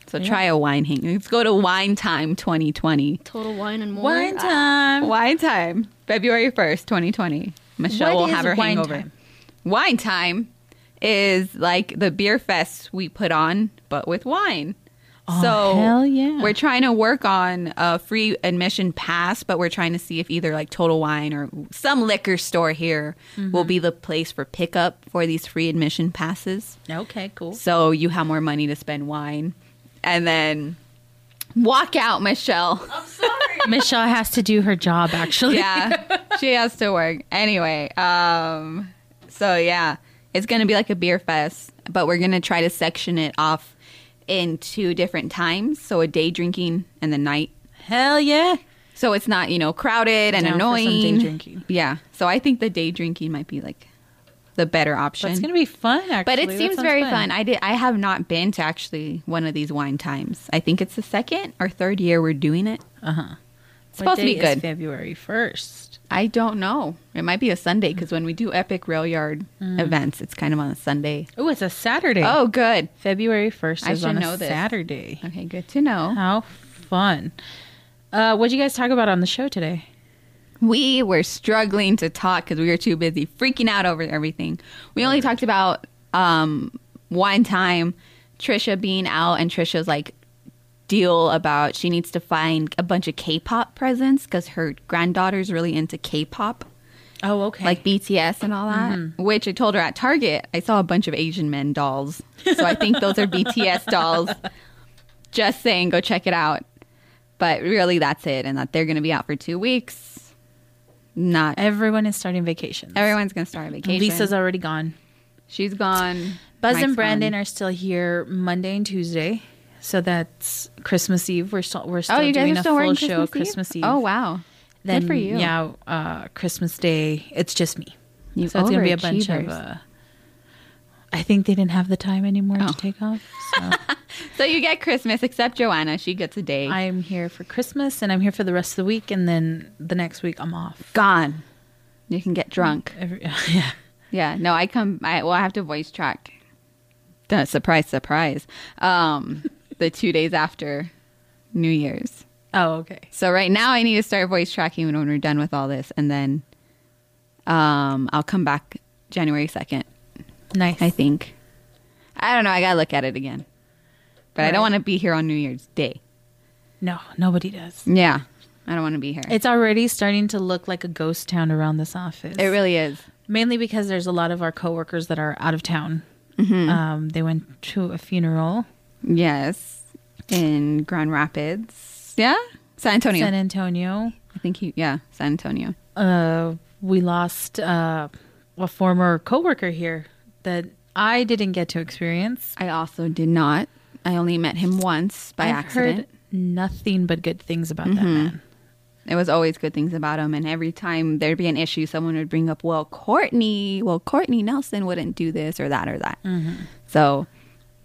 [SPEAKER 2] So
[SPEAKER 1] Yeah.
[SPEAKER 2] try a wine hang. Let's go to Wine Time 2020.
[SPEAKER 3] Total wine and more. Ah.
[SPEAKER 1] Wine time.
[SPEAKER 2] Wine Time, February 1st, 2020. Michelle
[SPEAKER 1] What
[SPEAKER 2] will
[SPEAKER 1] is
[SPEAKER 2] have her
[SPEAKER 1] wine
[SPEAKER 2] hangover.
[SPEAKER 1] time?
[SPEAKER 2] Wine Time is like the beer fest we put on, but with wine. so
[SPEAKER 1] hell yeah.
[SPEAKER 2] we're trying to work on a free admission pass, but we're trying to see if either like Total Wine or some liquor store here will be the place for pickup for these free admission passes.
[SPEAKER 1] Okay, cool.
[SPEAKER 2] So you have more money to spend wine. And then walk out, Michelle.
[SPEAKER 1] Michelle has to do her job actually.
[SPEAKER 2] yeah. She has to work. Anyway, um so yeah, it's going to be like a beer fest, but we're going to try to section it off in two different times, so a day drinking and the night.
[SPEAKER 1] Hell yeah.
[SPEAKER 2] So it's not, you know, crowded and
[SPEAKER 1] Down for some day
[SPEAKER 2] annoying.
[SPEAKER 1] drinking.
[SPEAKER 2] Yeah. So I think the day drinking might be like the better option.
[SPEAKER 1] That's going to be fun actually.
[SPEAKER 2] But it
[SPEAKER 1] That
[SPEAKER 2] seems
[SPEAKER 1] sounds
[SPEAKER 2] very fun. I did. I have not been to actually one of these wine times. I think it's the second or third year we're doing it.
[SPEAKER 1] Uh-huh.
[SPEAKER 2] It's supposed to be good.
[SPEAKER 1] February 1st.
[SPEAKER 2] I don't know. It might be a Sunday because when we do epic rail yard events, it's kind of on a Sunday.
[SPEAKER 1] Oh, it's a Saturday.
[SPEAKER 2] Oh, good.
[SPEAKER 1] February 1st
[SPEAKER 2] I
[SPEAKER 1] is
[SPEAKER 2] should
[SPEAKER 1] on a
[SPEAKER 2] know this.
[SPEAKER 1] Saturday.
[SPEAKER 2] Okay, good to know.
[SPEAKER 1] How fun. Uh, what'd you guys talk about on the show today?
[SPEAKER 2] We were struggling to talk because we were too busy freaking out over everything. We only talked about um, one time Trisha being out and Trisha's like deal about she needs to find a bunch of K-pop presents because her granddaughter's really into K-pop,
[SPEAKER 1] Oh, okay. Mm-hmm.
[SPEAKER 2] like BTS and all that. Which I told her at Target, I saw a bunch of Asian men dolls, so I think those are BTS dolls. Just saying, go check it out. But really, that's it, and that they're going to be out for two weeks. Not
[SPEAKER 1] everyone is starting vacations.
[SPEAKER 2] everyone's going to start vacation.
[SPEAKER 1] Lisa's already gone.
[SPEAKER 2] she's gone.
[SPEAKER 1] Buzz
[SPEAKER 2] Mike's
[SPEAKER 1] and Brandon
[SPEAKER 2] gone.
[SPEAKER 1] are still here Monday and Tuesday. So that's Christmas Eve. We're still we're still
[SPEAKER 2] Oh, you
[SPEAKER 1] doing
[SPEAKER 2] guys
[SPEAKER 1] a
[SPEAKER 2] are still
[SPEAKER 1] full
[SPEAKER 2] wearing
[SPEAKER 1] show
[SPEAKER 2] Christmas,
[SPEAKER 1] Christmas Eve.
[SPEAKER 2] Oh wow,
[SPEAKER 1] Then,
[SPEAKER 2] good for you.
[SPEAKER 1] Yeah, uh, Christmas Day. It's just me.
[SPEAKER 2] You
[SPEAKER 1] so it's gonna be a bunch of.
[SPEAKER 2] overachievers.
[SPEAKER 1] Uh, I think they didn't have the time anymore
[SPEAKER 2] Oh.
[SPEAKER 1] to take off. So
[SPEAKER 2] So you get Christmas, except Joanna. She gets a day.
[SPEAKER 1] I'm here for Christmas and I'm here for the rest of the week, and then the next week I'm off.
[SPEAKER 2] gone. You can get drunk.
[SPEAKER 1] Every, yeah.
[SPEAKER 2] Yeah. No, I come. I well, I have to voice track. Duh, surprise, surprise. Um, the two days after New Year's.
[SPEAKER 1] Oh, okay.
[SPEAKER 2] So right now, I need to start voice tracking when we're done with all this, and then um, I'll come back January second.
[SPEAKER 1] Nice.
[SPEAKER 2] I think. I don't know. I gotta look at it again. But I don't
[SPEAKER 1] Right.
[SPEAKER 2] want to be here on New Year's Day.
[SPEAKER 1] no, nobody does.
[SPEAKER 2] Yeah, I don't want to be here.
[SPEAKER 1] It's already starting to look like a ghost town around this office.
[SPEAKER 2] it really is.
[SPEAKER 1] mainly because there's a lot of our coworkers that are out of town.
[SPEAKER 2] Mm-hmm.
[SPEAKER 1] Um, they went to a funeral,
[SPEAKER 2] Yes, in Grand Rapids. Yeah, San Antonio.
[SPEAKER 1] San Antonio.
[SPEAKER 2] I think he. Yeah, San Antonio.
[SPEAKER 1] Uh, we lost uh, a former coworker here that I didn't get to experience.
[SPEAKER 2] I also did not. I only met him once by
[SPEAKER 1] I've
[SPEAKER 2] accident. Mm-hmm.
[SPEAKER 1] heard nothing but good things about that man.
[SPEAKER 2] It was always good things about him, and every time there'd be an issue, someone would bring up, "Well, Courtney, well, Courtney Nelson wouldn't do this or that or that." So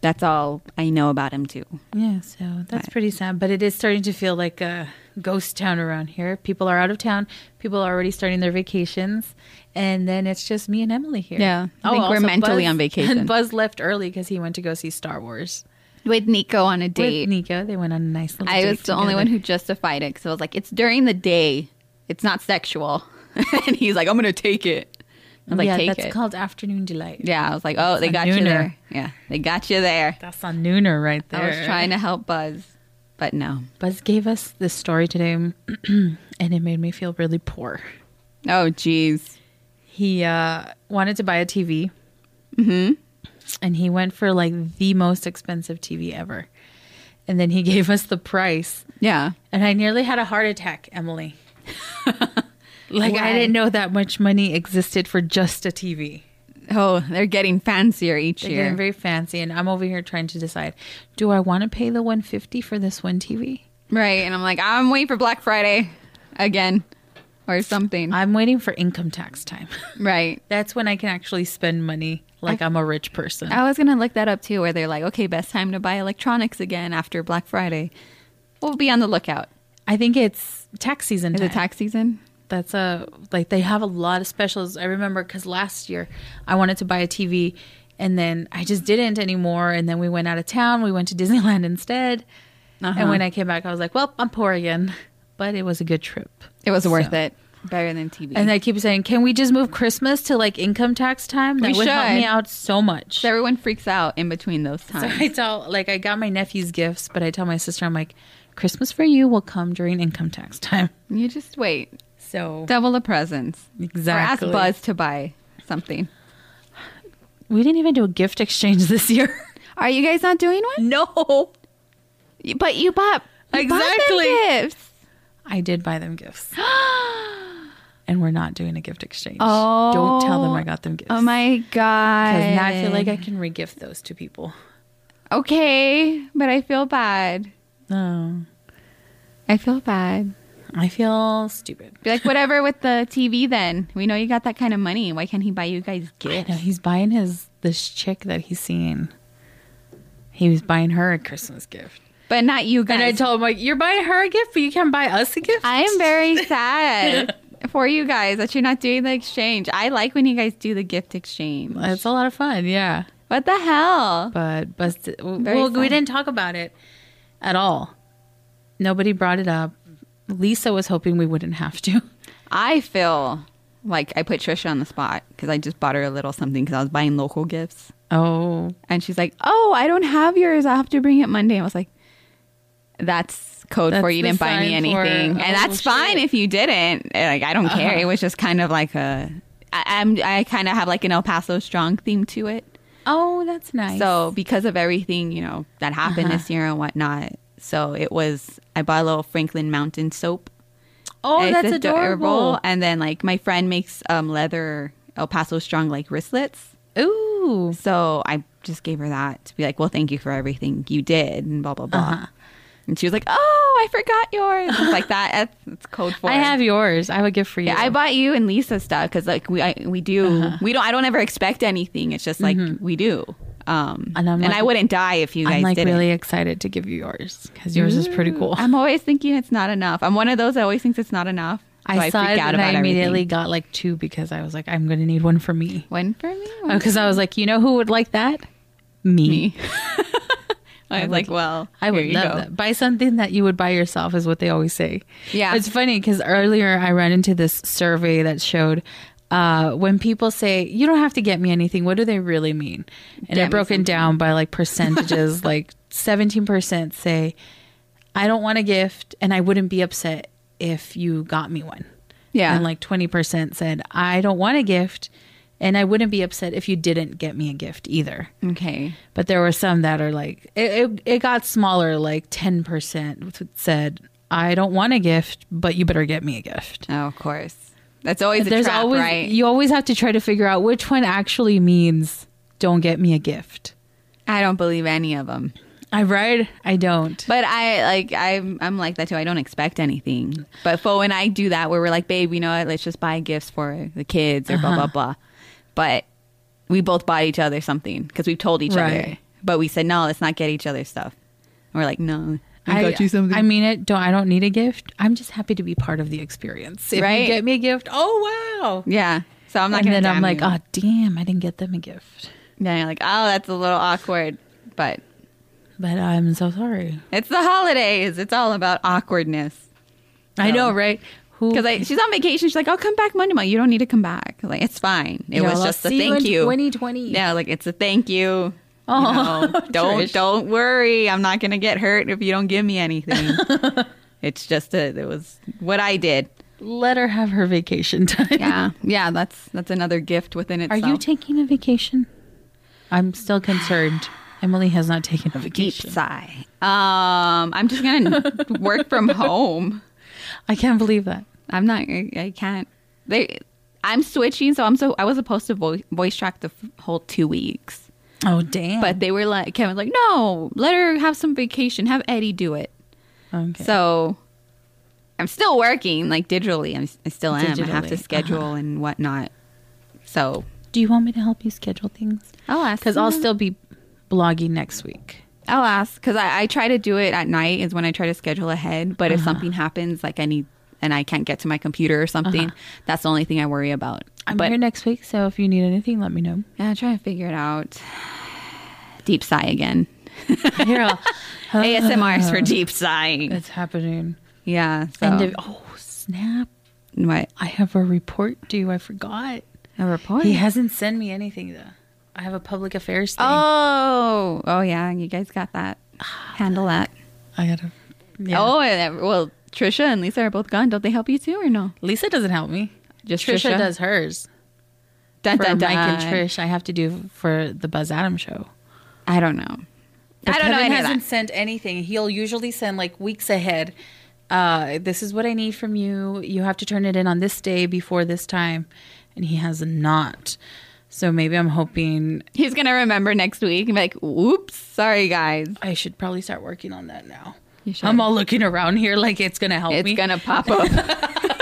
[SPEAKER 2] that's all I know about him too.
[SPEAKER 1] Yeah, so that's pretty sad. But it is starting to feel like a ghost town around here. People are out of town. People are already starting their vacations, and then it's just me and Emily here. Oh,
[SPEAKER 2] Yeah, I think we're
[SPEAKER 1] also
[SPEAKER 2] mentally
[SPEAKER 1] Buzz-
[SPEAKER 2] on vacation.
[SPEAKER 1] Buzz left early because he went to go see Star Wars
[SPEAKER 2] With Nico on a
[SPEAKER 1] with
[SPEAKER 2] date,
[SPEAKER 1] Nico. They went on a nice little.
[SPEAKER 2] I
[SPEAKER 1] date
[SPEAKER 2] was the only
[SPEAKER 1] together.
[SPEAKER 2] one who justified it because I was like, "It's during the day. It's not sexual," and he's like, "I'm gonna take it." I was like,
[SPEAKER 1] yeah,
[SPEAKER 2] "Take
[SPEAKER 1] that's
[SPEAKER 2] it."
[SPEAKER 1] called afternoon delight.
[SPEAKER 2] yeah, I was like, "Oh, they
[SPEAKER 1] a
[SPEAKER 2] got you
[SPEAKER 1] nooner.
[SPEAKER 2] there. Yeah, they got you there."
[SPEAKER 1] That's on nooner right there.
[SPEAKER 2] I was trying to help Buzz, but no.
[SPEAKER 1] Buzz gave us this story today, and it made me feel really poor.
[SPEAKER 2] Oh, jeez.
[SPEAKER 1] he uh, wanted to buy a TV. Mm-hmm. And he went for like the most expensive TV ever. And then he gave us the price.
[SPEAKER 2] Yeah.
[SPEAKER 1] And I nearly had a heart attack, Emily. like, I
[SPEAKER 2] Why?
[SPEAKER 1] didn't know that much money existed for just a TV.
[SPEAKER 2] Oh, they're getting fancier each
[SPEAKER 1] They're
[SPEAKER 2] year.
[SPEAKER 1] getting very fancy. And I'm over here trying to decide do I want to pay the 150 for this one TV?
[SPEAKER 2] right. And I'm like, I'm waiting for Black Friday again or something.
[SPEAKER 1] I'm waiting for income tax time.
[SPEAKER 2] right.
[SPEAKER 1] That's when I can actually spend money like I, am a rich person.
[SPEAKER 2] I was going to look that up too, where they're like, okay, best time to buy electronics again after Black Friday. We'll be on the lookout.
[SPEAKER 1] I think it's tax season.
[SPEAKER 2] Is
[SPEAKER 1] time.
[SPEAKER 2] it tax season?
[SPEAKER 1] That's a like they have a lot of specials. I remember because last year I wanted to buy a TV, and then I just didn't anymore. And then we went out of town. We went to Disneyland instead.
[SPEAKER 2] Uh-huh.
[SPEAKER 1] And when I came back, I was like, "Well, I'm poor again," but it was a good trip.
[SPEAKER 2] It was worth
[SPEAKER 1] So,
[SPEAKER 2] it. Better than TV.
[SPEAKER 1] And I keep saying, can we just move Christmas to like income tax time? That
[SPEAKER 2] We
[SPEAKER 1] would help
[SPEAKER 2] should.
[SPEAKER 1] me out so much.
[SPEAKER 2] So everyone freaks out in between those
[SPEAKER 1] So
[SPEAKER 2] times.
[SPEAKER 1] I tell, like, I got my nephew's gifts, but I tell my sister, I'm like, Christmas for you will come during income tax time.
[SPEAKER 2] You just wait.
[SPEAKER 1] So
[SPEAKER 2] Double the presents.
[SPEAKER 1] exactly,
[SPEAKER 2] Or ask Buzz to buy something.
[SPEAKER 1] we didn't even do a gift exchange this year.
[SPEAKER 2] Are you guys not doing one?
[SPEAKER 1] no,
[SPEAKER 2] You- But you bought you bought them
[SPEAKER 1] Exactly.
[SPEAKER 2] gifts.
[SPEAKER 1] I did buy them gifts, and we're not doing a gift exchange.
[SPEAKER 2] Oh,
[SPEAKER 1] don't tell them I got them gifts.
[SPEAKER 2] Oh my god!
[SPEAKER 1] Because now I feel like I can regift those to people.
[SPEAKER 2] okay, but I feel bad.
[SPEAKER 1] Oh,
[SPEAKER 2] I feel bad.
[SPEAKER 1] I feel stupid.
[SPEAKER 2] Be like, whatever with the TV. Then we know you got that kind of money. Why can't he buy you guys
[SPEAKER 1] I
[SPEAKER 2] gifts?
[SPEAKER 1] know, he's buying his this chick that he's seeing. He was buying her a Christmas gift.
[SPEAKER 2] But not you guys.
[SPEAKER 1] And I told him, like, you're buying her a gift, but you can't buy us a gift.
[SPEAKER 2] I am very sad for you guys that you're not doing the exchange. I like when you guys do the gift exchange.
[SPEAKER 1] It's a lot of fun, yeah.
[SPEAKER 2] What the hell?
[SPEAKER 1] But but st-
[SPEAKER 2] Very
[SPEAKER 1] well, we
[SPEAKER 2] fun.
[SPEAKER 1] didn't talk about it at all. Nobody brought it up. Lisa was hoping we wouldn't have to.
[SPEAKER 2] I feel like I put Trisha on the spot because I just bought her a little something because I was buying local gifts.
[SPEAKER 1] Oh,
[SPEAKER 2] And she's like, "Oh, I don't have yours. I have to bring it Monday." I was like, "That's code for
[SPEAKER 1] That's
[SPEAKER 2] you
[SPEAKER 1] the
[SPEAKER 2] didn't buy
[SPEAKER 1] sign
[SPEAKER 2] me
[SPEAKER 1] for-
[SPEAKER 2] anything,
[SPEAKER 1] oh,
[SPEAKER 2] and that's
[SPEAKER 1] shit. Uh-huh.
[SPEAKER 2] fine if you didn't. And, Like, I don't care. It was just kind of like a, I, I'm, I kind of have like an El Paso strong theme to it.
[SPEAKER 1] oh, that's nice. Uh-huh.
[SPEAKER 2] So because of everything you know that happened this year and whatnot, so it was. I bought a little Franklin Mountain soap.
[SPEAKER 1] oh,
[SPEAKER 2] It's
[SPEAKER 1] that's adorable.
[SPEAKER 2] And then like my friend makes um leather El Paso strong like wristlets.
[SPEAKER 1] Ooh,
[SPEAKER 2] So I just gave her that to be like, well, thank you for everything you did, and blah blah blah. And she was like, oh, I forgot yours, It's like that. That's, that's code for.
[SPEAKER 1] I have yours. I would give for you.
[SPEAKER 2] Yeah, Uh-huh. I bought you and Lisa stuff because like we I, we do we don't I don't ever expect anything. It's just like we do. Um,
[SPEAKER 1] And
[SPEAKER 2] Mm-hmm. and,
[SPEAKER 1] I'm like-
[SPEAKER 2] I wouldn't die if you guys
[SPEAKER 1] I'm like
[SPEAKER 2] didn't. Mm,
[SPEAKER 1] really excited to give you yours because yours is pretty cool.
[SPEAKER 2] I'm always thinking it's not enough. I'm one of those that always thinks it's not enough. so
[SPEAKER 1] I saw
[SPEAKER 2] freak
[SPEAKER 1] it
[SPEAKER 2] out
[SPEAKER 1] and I
[SPEAKER 2] about
[SPEAKER 1] immediately
[SPEAKER 2] everything.
[SPEAKER 1] got like two because I was like, I'm going to need one for me.
[SPEAKER 2] one for me. One
[SPEAKER 1] Because I was like, you know who would like that? Me.
[SPEAKER 2] me. I was like, well,
[SPEAKER 1] I
[SPEAKER 2] here
[SPEAKER 1] would
[SPEAKER 2] you
[SPEAKER 1] love
[SPEAKER 2] go.
[SPEAKER 1] that. Buy something that you would buy yourself is what they always say.
[SPEAKER 2] Yeah.
[SPEAKER 1] It's funny because earlier I ran into this survey that showed uh, when people say, you don't have to get me anything, what do they really mean? And
[SPEAKER 2] Get
[SPEAKER 1] it
[SPEAKER 2] me
[SPEAKER 1] broken
[SPEAKER 2] something.
[SPEAKER 1] down by like percentages, like 17% say, I don't want a gift and I wouldn't be upset if you got me one.
[SPEAKER 2] Yeah.
[SPEAKER 1] And like 20% said, I don't want a gift and I wouldn't be upset if you didn't get me a gift either.
[SPEAKER 2] Okay.
[SPEAKER 1] But there were some that are like, it, it, it got smaller, like 10% said, I don't want a gift, but you better get me a gift.
[SPEAKER 2] Oh, of course. That's always a
[SPEAKER 1] There's
[SPEAKER 2] trap,
[SPEAKER 1] always,
[SPEAKER 2] right?
[SPEAKER 1] you always have to try to figure out which one actually means don't get me a gift.
[SPEAKER 2] I don't believe any of them.
[SPEAKER 1] I read, I don't.
[SPEAKER 2] But I like I'm I'm like that too. I don't expect anything. But for when I do that, where we're like, babe, you know what? Let's just buy gifts for the kids or blah blah
[SPEAKER 1] Uh-huh.
[SPEAKER 2] blah. But we both bought each other something because we've told each other.
[SPEAKER 1] Right.
[SPEAKER 2] But we said no, let's not get each other stuff. And we're like, no, I,
[SPEAKER 1] I
[SPEAKER 2] got you something.
[SPEAKER 1] I mean it. Don't I don't need a gift. I'm just happy to be part of the experience. If
[SPEAKER 2] Right.
[SPEAKER 1] you get me a gift, oh wow!
[SPEAKER 2] yeah. So I'm not.
[SPEAKER 1] and
[SPEAKER 2] gonna
[SPEAKER 1] then I'm
[SPEAKER 2] damn
[SPEAKER 1] like,
[SPEAKER 2] you.
[SPEAKER 1] oh damn, I didn't get them a gift.
[SPEAKER 2] Then you're like, oh, that's a little awkward. But
[SPEAKER 1] But I'm so sorry.
[SPEAKER 2] it's the holidays. It's all about awkwardness.
[SPEAKER 1] I know, right? Who?
[SPEAKER 2] Because Um, she's on vacation, she's like, "I'll come back Monday." i you don't need to come back. Like it's fine. It
[SPEAKER 1] Yeah,
[SPEAKER 2] was
[SPEAKER 1] I'll
[SPEAKER 2] just a
[SPEAKER 1] see you
[SPEAKER 2] thank
[SPEAKER 1] in
[SPEAKER 2] you.
[SPEAKER 1] 2020.
[SPEAKER 2] Yeah, like it's a thank you.
[SPEAKER 1] Oh,
[SPEAKER 2] Oh, don't
[SPEAKER 1] Trish.
[SPEAKER 2] don't worry. I'm not gonna get hurt if you don't give me anything. it's just a, it was what I did.
[SPEAKER 1] let her have her vacation time.
[SPEAKER 2] Yeah, yeah. That's that's another gift within
[SPEAKER 1] Are
[SPEAKER 2] itself.
[SPEAKER 1] you taking a vacation? I'm still concerned. Emily has not taken a
[SPEAKER 2] deep
[SPEAKER 1] vacation.
[SPEAKER 2] sigh? Um, I'm just gonna work from home.
[SPEAKER 1] I can't believe that.
[SPEAKER 2] I'm not. I, I can't. They. I'm switching, so I'm so I was supposed to voice, voice track the f- whole two weeks.
[SPEAKER 1] Oh damn!
[SPEAKER 2] But they were like, Kevin's like, no, let her have some vacation. Have Eddie do it.
[SPEAKER 1] okay.
[SPEAKER 2] So I'm still working, like digitally. I'm, I still am. I have
[SPEAKER 1] Digitally,
[SPEAKER 2] to schedule and whatnot. So
[SPEAKER 1] do you want me to help you schedule things?
[SPEAKER 2] I'll ask.
[SPEAKER 1] Because I'll still be blogging next week.
[SPEAKER 2] I'll ask. Because I, I try to do it at night, is when I try to schedule ahead. But if something happens, like I need, and I can't get to my computer or something, that's the only thing I worry about.
[SPEAKER 1] I'm
[SPEAKER 2] but
[SPEAKER 1] here next week, so if you need anything, let me know.
[SPEAKER 2] yeah, I try to figure it out. Deep sigh again.
[SPEAKER 1] Here, I'll,
[SPEAKER 2] ASMRs for deep sighing.
[SPEAKER 1] It's happening.
[SPEAKER 2] Yeah. So.
[SPEAKER 1] And if- oh snap!
[SPEAKER 2] What?
[SPEAKER 1] I have a report due. I forgot.
[SPEAKER 2] A report?
[SPEAKER 1] He hasn't sent me anything though. I have a public affairs thing.
[SPEAKER 2] Oh, oh yeah, you guys got that. Handle that.
[SPEAKER 1] I gotta. Yeah.
[SPEAKER 2] Oh, and, uh, well, Trisha and Lisa are both gone. Don't they help you too, or no?
[SPEAKER 1] Lisa doesn't help me.
[SPEAKER 2] Just
[SPEAKER 1] Trisha,
[SPEAKER 2] Trisha?
[SPEAKER 1] does hers.
[SPEAKER 2] Dun,
[SPEAKER 1] for
[SPEAKER 2] dun,
[SPEAKER 1] Mike and
[SPEAKER 2] dun.
[SPEAKER 1] Trish, I have to do for the Buzz Adam show.
[SPEAKER 2] I don't know.
[SPEAKER 1] But
[SPEAKER 2] I don't know
[SPEAKER 1] Kevin
[SPEAKER 2] any of
[SPEAKER 1] hasn't
[SPEAKER 2] that.
[SPEAKER 1] sent anything. He'll usually send like weeks ahead. Uh, this is what I need from you. You have to turn it in on this day before this time, and he has not. So maybe I'm hoping
[SPEAKER 2] He's gonna remember next week and be like, "Whoops, sorry guys."
[SPEAKER 1] I should probably start working on that now.
[SPEAKER 2] You should.
[SPEAKER 1] I'm all looking around here like it's gonna help
[SPEAKER 2] It's
[SPEAKER 1] me.
[SPEAKER 2] gonna pop up.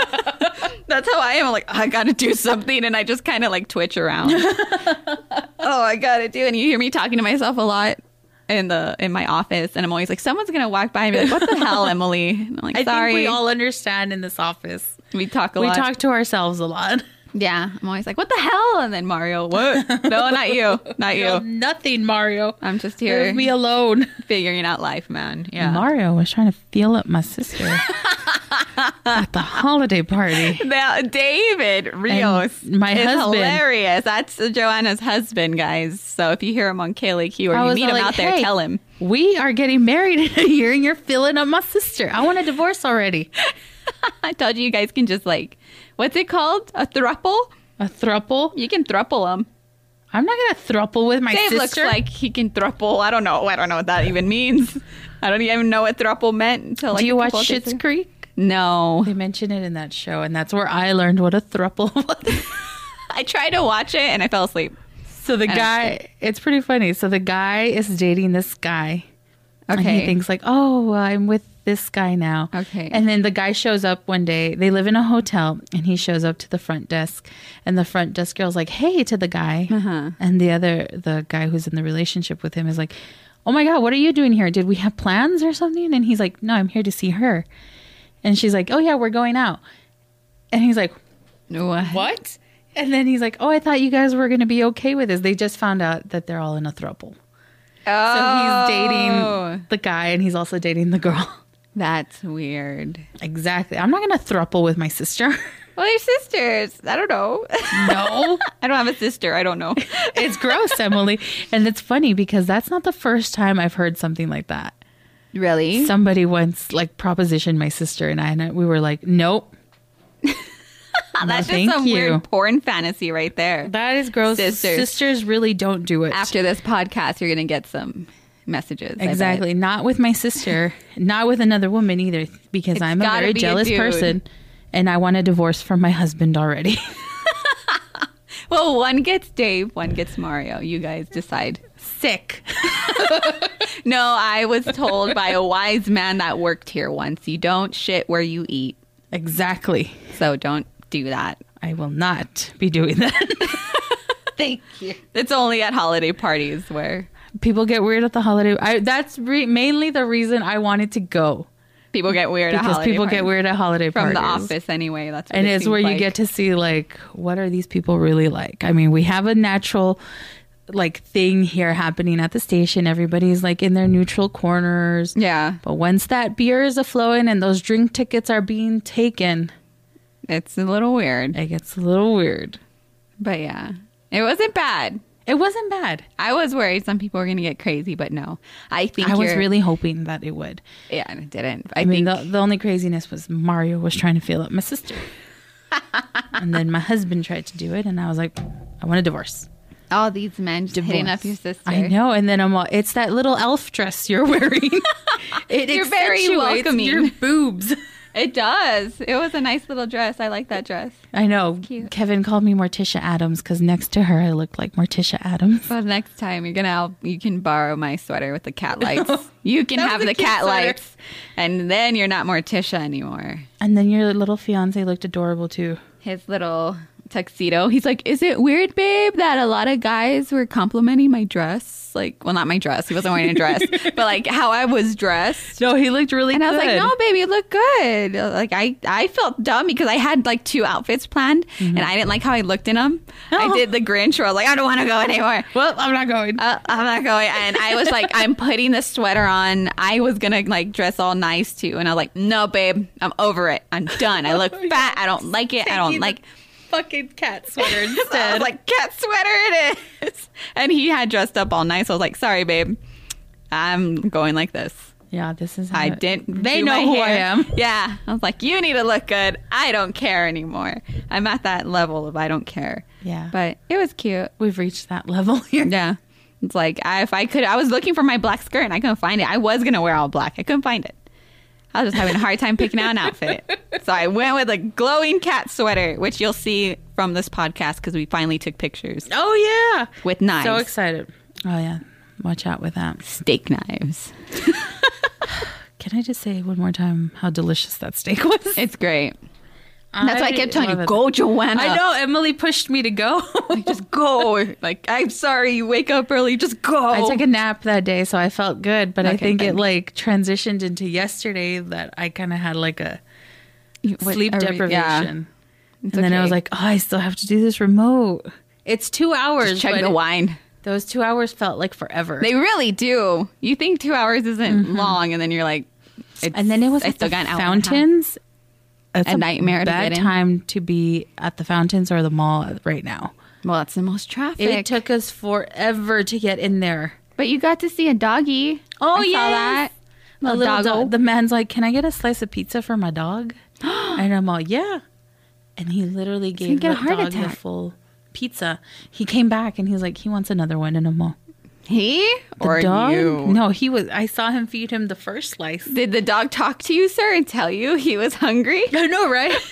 [SPEAKER 2] That's how I am. I'm like, I gotta do something, and I just kind of like twitch around. oh, I gotta do, and you hear me talking to myself a lot in the in my office, and I'm always like, someone's gonna walk by and be like, "What the hell, Emily?" And I'm like,
[SPEAKER 1] I
[SPEAKER 2] "Sorry."
[SPEAKER 1] think we all understand in this office.
[SPEAKER 2] We talk a
[SPEAKER 1] We
[SPEAKER 2] lot.
[SPEAKER 1] talk to ourselves a lot.
[SPEAKER 2] yeah, I'm always like, "What the hell?" And then Mario, "What? No, not you, not you.
[SPEAKER 1] Nothing, Mario.
[SPEAKER 2] I'm just here
[SPEAKER 1] Leave me alone.
[SPEAKER 2] figuring out life, man." Yeah.
[SPEAKER 1] Mario was trying to feel up my sister at the holiday party.
[SPEAKER 2] Now, David Rios,
[SPEAKER 1] And my
[SPEAKER 2] is
[SPEAKER 1] husband.
[SPEAKER 2] hilarious. That's Joanna's husband, guys. So if you hear him on Kaylee Q or
[SPEAKER 1] I
[SPEAKER 2] you
[SPEAKER 1] was
[SPEAKER 2] meet him
[SPEAKER 1] like,
[SPEAKER 2] out there,
[SPEAKER 1] "Hey."
[SPEAKER 2] tell him.
[SPEAKER 1] We are getting married in a year and you're filling up my sister. I want a divorce already.
[SPEAKER 2] I told you, you guys can just like, what's it called? A thruple?
[SPEAKER 1] A thruple?
[SPEAKER 2] You can thruple him.
[SPEAKER 1] I'm not going to thruple with my
[SPEAKER 2] Dave looks
[SPEAKER 1] sister.
[SPEAKER 2] like he can thruple. I don't know. I don't know what that even means. I don't even know what thruple meant until like.
[SPEAKER 1] Do you
[SPEAKER 2] a
[SPEAKER 1] watch
[SPEAKER 2] couple of days
[SPEAKER 1] Schitt's
[SPEAKER 2] ago.
[SPEAKER 1] Creek?
[SPEAKER 2] No,
[SPEAKER 1] They mention it in that show, and that's where I learned what a thruple was.
[SPEAKER 2] I tried to watch it and I fell asleep.
[SPEAKER 1] So the
[SPEAKER 2] don't
[SPEAKER 1] guy, it's pretty funny. So the guy is dating this guy. And he
[SPEAKER 2] Okay.
[SPEAKER 1] thinks like, oh, well, I'm with this guy now.
[SPEAKER 2] Okay.
[SPEAKER 1] And then the guy shows up one day. They live in a hotel, and he shows up to the front desk, and the front desk girl's like, hey, to the guy.
[SPEAKER 2] Uh-huh.
[SPEAKER 1] And the other, the guy who's in the relationship with him is like, oh my god, what are you doing here? Did we have plans or something? And he's like, no, I'm here to see her. And she's like, oh yeah, we're going out. And he's like, what? And then he's like, "Oh, I thought you guys were going to be okay with this. They just found out that they're all in a throuple." So
[SPEAKER 2] Oh,
[SPEAKER 1] he's dating the guy and he's also dating the girl.
[SPEAKER 2] That's weird.
[SPEAKER 1] exactly. I'm not going to throuple with my sister.
[SPEAKER 2] Well, they're sisters. I don't know.
[SPEAKER 1] no.
[SPEAKER 2] I don't have a sister. I don't know.
[SPEAKER 1] It's gross, Emily. And it's funny because that's not the first time I've heard something like that.
[SPEAKER 2] Really?
[SPEAKER 1] Somebody once like propositioned my sister and I and we were like, "Nope." No,
[SPEAKER 2] Ah, That's just
[SPEAKER 1] thank
[SPEAKER 2] some
[SPEAKER 1] you.
[SPEAKER 2] weird porn fantasy right there.
[SPEAKER 1] That is gross.
[SPEAKER 2] Sisters.
[SPEAKER 1] Sisters really don't do it.
[SPEAKER 2] After this podcast, you're going to get some messages. I bet.
[SPEAKER 1] Exactly. Not with my sister, not with another woman either, because
[SPEAKER 2] It's
[SPEAKER 1] I'm a
[SPEAKER 2] gotta
[SPEAKER 1] very
[SPEAKER 2] be a
[SPEAKER 1] jealous
[SPEAKER 2] dude.
[SPEAKER 1] person and I want a divorce from my husband already.
[SPEAKER 2] Well, one gets Dave, one gets Mario. You guys decide.
[SPEAKER 1] Sick.
[SPEAKER 2] No, I was told by a wise man that worked here once you don't shit where you eat.
[SPEAKER 1] Exactly.
[SPEAKER 2] So don't do that.
[SPEAKER 1] I will not be doing that. Thank you.
[SPEAKER 2] It's only at holiday parties where
[SPEAKER 1] People get weird at the holiday. I, that's re- mainly the reason I wanted to go
[SPEAKER 2] people get weird at
[SPEAKER 1] because
[SPEAKER 2] holiday
[SPEAKER 1] people get
[SPEAKER 2] parties.
[SPEAKER 1] weird at holiday
[SPEAKER 2] from
[SPEAKER 1] parties.
[SPEAKER 2] the office anyway. That's what
[SPEAKER 1] and
[SPEAKER 2] it
[SPEAKER 1] it's where
[SPEAKER 2] seems
[SPEAKER 1] you
[SPEAKER 2] like.
[SPEAKER 1] get to see like what are these people really like i mean we have a natural like thing here happening at the station everybody's like in their neutral corners
[SPEAKER 2] Yeah.
[SPEAKER 1] but once that beer is a flowing and those drink tickets are being taken
[SPEAKER 2] It's a little weird.
[SPEAKER 1] it gets a little weird
[SPEAKER 2] But yeah. It wasn't bad.
[SPEAKER 1] it wasn't bad
[SPEAKER 2] I was worried some people were going to get crazy, but no. I think
[SPEAKER 1] i was
[SPEAKER 2] you're-
[SPEAKER 1] really hoping that it would
[SPEAKER 2] Yeah, and it didn't. I,
[SPEAKER 1] i mean
[SPEAKER 2] think
[SPEAKER 1] the, the only craziness was mario was trying to feel up my sister and then my husband tried to do it and i was like i want a divorce
[SPEAKER 2] all these men just hitting up your sister.
[SPEAKER 1] I know, and then I'm all, it's that little elf dress you're wearing. it
[SPEAKER 2] You're very
[SPEAKER 1] accentuates
[SPEAKER 2] welcoming.
[SPEAKER 1] Your boobs.
[SPEAKER 2] It does. It was a nice little dress. I like that dress.
[SPEAKER 1] I know. Kevin called me Morticia Adams because next to her I looked like Morticia Adams.
[SPEAKER 2] Well, next time you're gonna help, you can borrow my sweater with the cat lights. You can
[SPEAKER 1] That
[SPEAKER 2] have
[SPEAKER 1] was a
[SPEAKER 2] the
[SPEAKER 1] cute
[SPEAKER 2] cat
[SPEAKER 1] sweater.
[SPEAKER 2] lights, and then you're not Morticia anymore.
[SPEAKER 1] And then your little fiance looked adorable too.
[SPEAKER 2] His little tuxedo. He's like, "Is it weird, babe, that a lot of guys were complimenting my dress? Like, well, not my dress. He wasn't wearing a dress, but like how I was dressed."
[SPEAKER 1] No, he looked really
[SPEAKER 2] And I was like,
[SPEAKER 1] good.
[SPEAKER 2] "No, baby, you look good." Like I, I felt dumb because I had like two outfits planned, and I didn't like how I looked in them. I
[SPEAKER 1] Mm-hmm. Oh.
[SPEAKER 2] did the Grinch, where I was like, "I don't want to go anymore."
[SPEAKER 1] Well, I'm not going.
[SPEAKER 2] Uh, I'm not going. And I was like, I'm putting the sweater on. I was gonna like dress all nice too, and I was like, no, babe, I'm over it. I'm done.
[SPEAKER 1] Oh
[SPEAKER 2] I look fat. I don't like it. I don't
[SPEAKER 1] Taking
[SPEAKER 2] like.
[SPEAKER 1] fucking cat sweater
[SPEAKER 2] So I was like, cat sweater it is. And he had dressed up all nice. I was like, sorry, babe, I'm going like this.
[SPEAKER 1] yeah, this is.
[SPEAKER 2] I
[SPEAKER 1] how-
[SPEAKER 2] didn't.
[SPEAKER 1] They
[SPEAKER 2] do
[SPEAKER 1] know
[SPEAKER 2] my
[SPEAKER 1] who
[SPEAKER 2] hair.
[SPEAKER 1] I am.
[SPEAKER 2] Yeah, I was like, you need to look good. I don't care anymore. I'm at that level of I don't care.
[SPEAKER 1] Yeah.
[SPEAKER 2] but it was cute.
[SPEAKER 1] We've reached that level here.
[SPEAKER 2] Yeah. It's like I, if I could, I was looking for my black skirt and I couldn't find it. I was gonna wear all black. I couldn't find it. I was just having a hard time picking out an outfit. So I went with a glowing cat sweater, which you'll see from this podcast because we finally took pictures
[SPEAKER 1] Oh yeah.
[SPEAKER 2] with knives,
[SPEAKER 1] So excited. Oh yeah. Watch out with that.
[SPEAKER 2] steak knives.
[SPEAKER 1] Can I just say one more time how delicious that steak was?
[SPEAKER 2] It's great. That's why I kept telling you, go, Joanna.
[SPEAKER 1] I know Emily pushed me to go.
[SPEAKER 2] Just go. like I'm sorry, you wake up early. Just go.
[SPEAKER 1] I took a nap that day, so I felt good. But I
[SPEAKER 2] Okay,
[SPEAKER 1] think
[SPEAKER 2] good.
[SPEAKER 1] it like transitioned into yesterday that I kind of had like a sleep deprivation, and then I was like, oh, I still have to do this remote. It's two hours.
[SPEAKER 2] just chug
[SPEAKER 1] but
[SPEAKER 2] the wine.
[SPEAKER 1] Those two hours felt like forever.
[SPEAKER 2] They really do. You think two hours isn't long, and then you're like, it's,
[SPEAKER 1] Mm-hmm. and then it was
[SPEAKER 2] I
[SPEAKER 1] at
[SPEAKER 2] still
[SPEAKER 1] the
[SPEAKER 2] got an hour and a half.
[SPEAKER 1] fountains. That's
[SPEAKER 2] A nightmare to
[SPEAKER 1] Bad
[SPEAKER 2] get in.
[SPEAKER 1] time to be at the fountains or the mall right now.
[SPEAKER 2] Well, that's the most traffic.
[SPEAKER 1] It took us forever to get in there.
[SPEAKER 2] but you got to see a doggy.
[SPEAKER 1] Oh,
[SPEAKER 2] I saw
[SPEAKER 1] yes.
[SPEAKER 2] that.
[SPEAKER 1] a little
[SPEAKER 2] doggo.
[SPEAKER 1] dog. The man's like, "Can I get a slice of pizza for my dog?" and I'm all, "Yeah." And he literally
[SPEAKER 2] gonna
[SPEAKER 1] gave
[SPEAKER 2] get a
[SPEAKER 1] the
[SPEAKER 2] heart
[SPEAKER 1] dog
[SPEAKER 2] attack.
[SPEAKER 1] the full pizza. He came back and he's like, "He wants another one." And I'm all,
[SPEAKER 2] He
[SPEAKER 1] "The
[SPEAKER 2] or
[SPEAKER 1] dog?
[SPEAKER 2] you?
[SPEAKER 1] No, he was. I saw him feed him the first slice.
[SPEAKER 2] Did the dog talk to you, sir, and tell you he was hungry?
[SPEAKER 1] I know, right?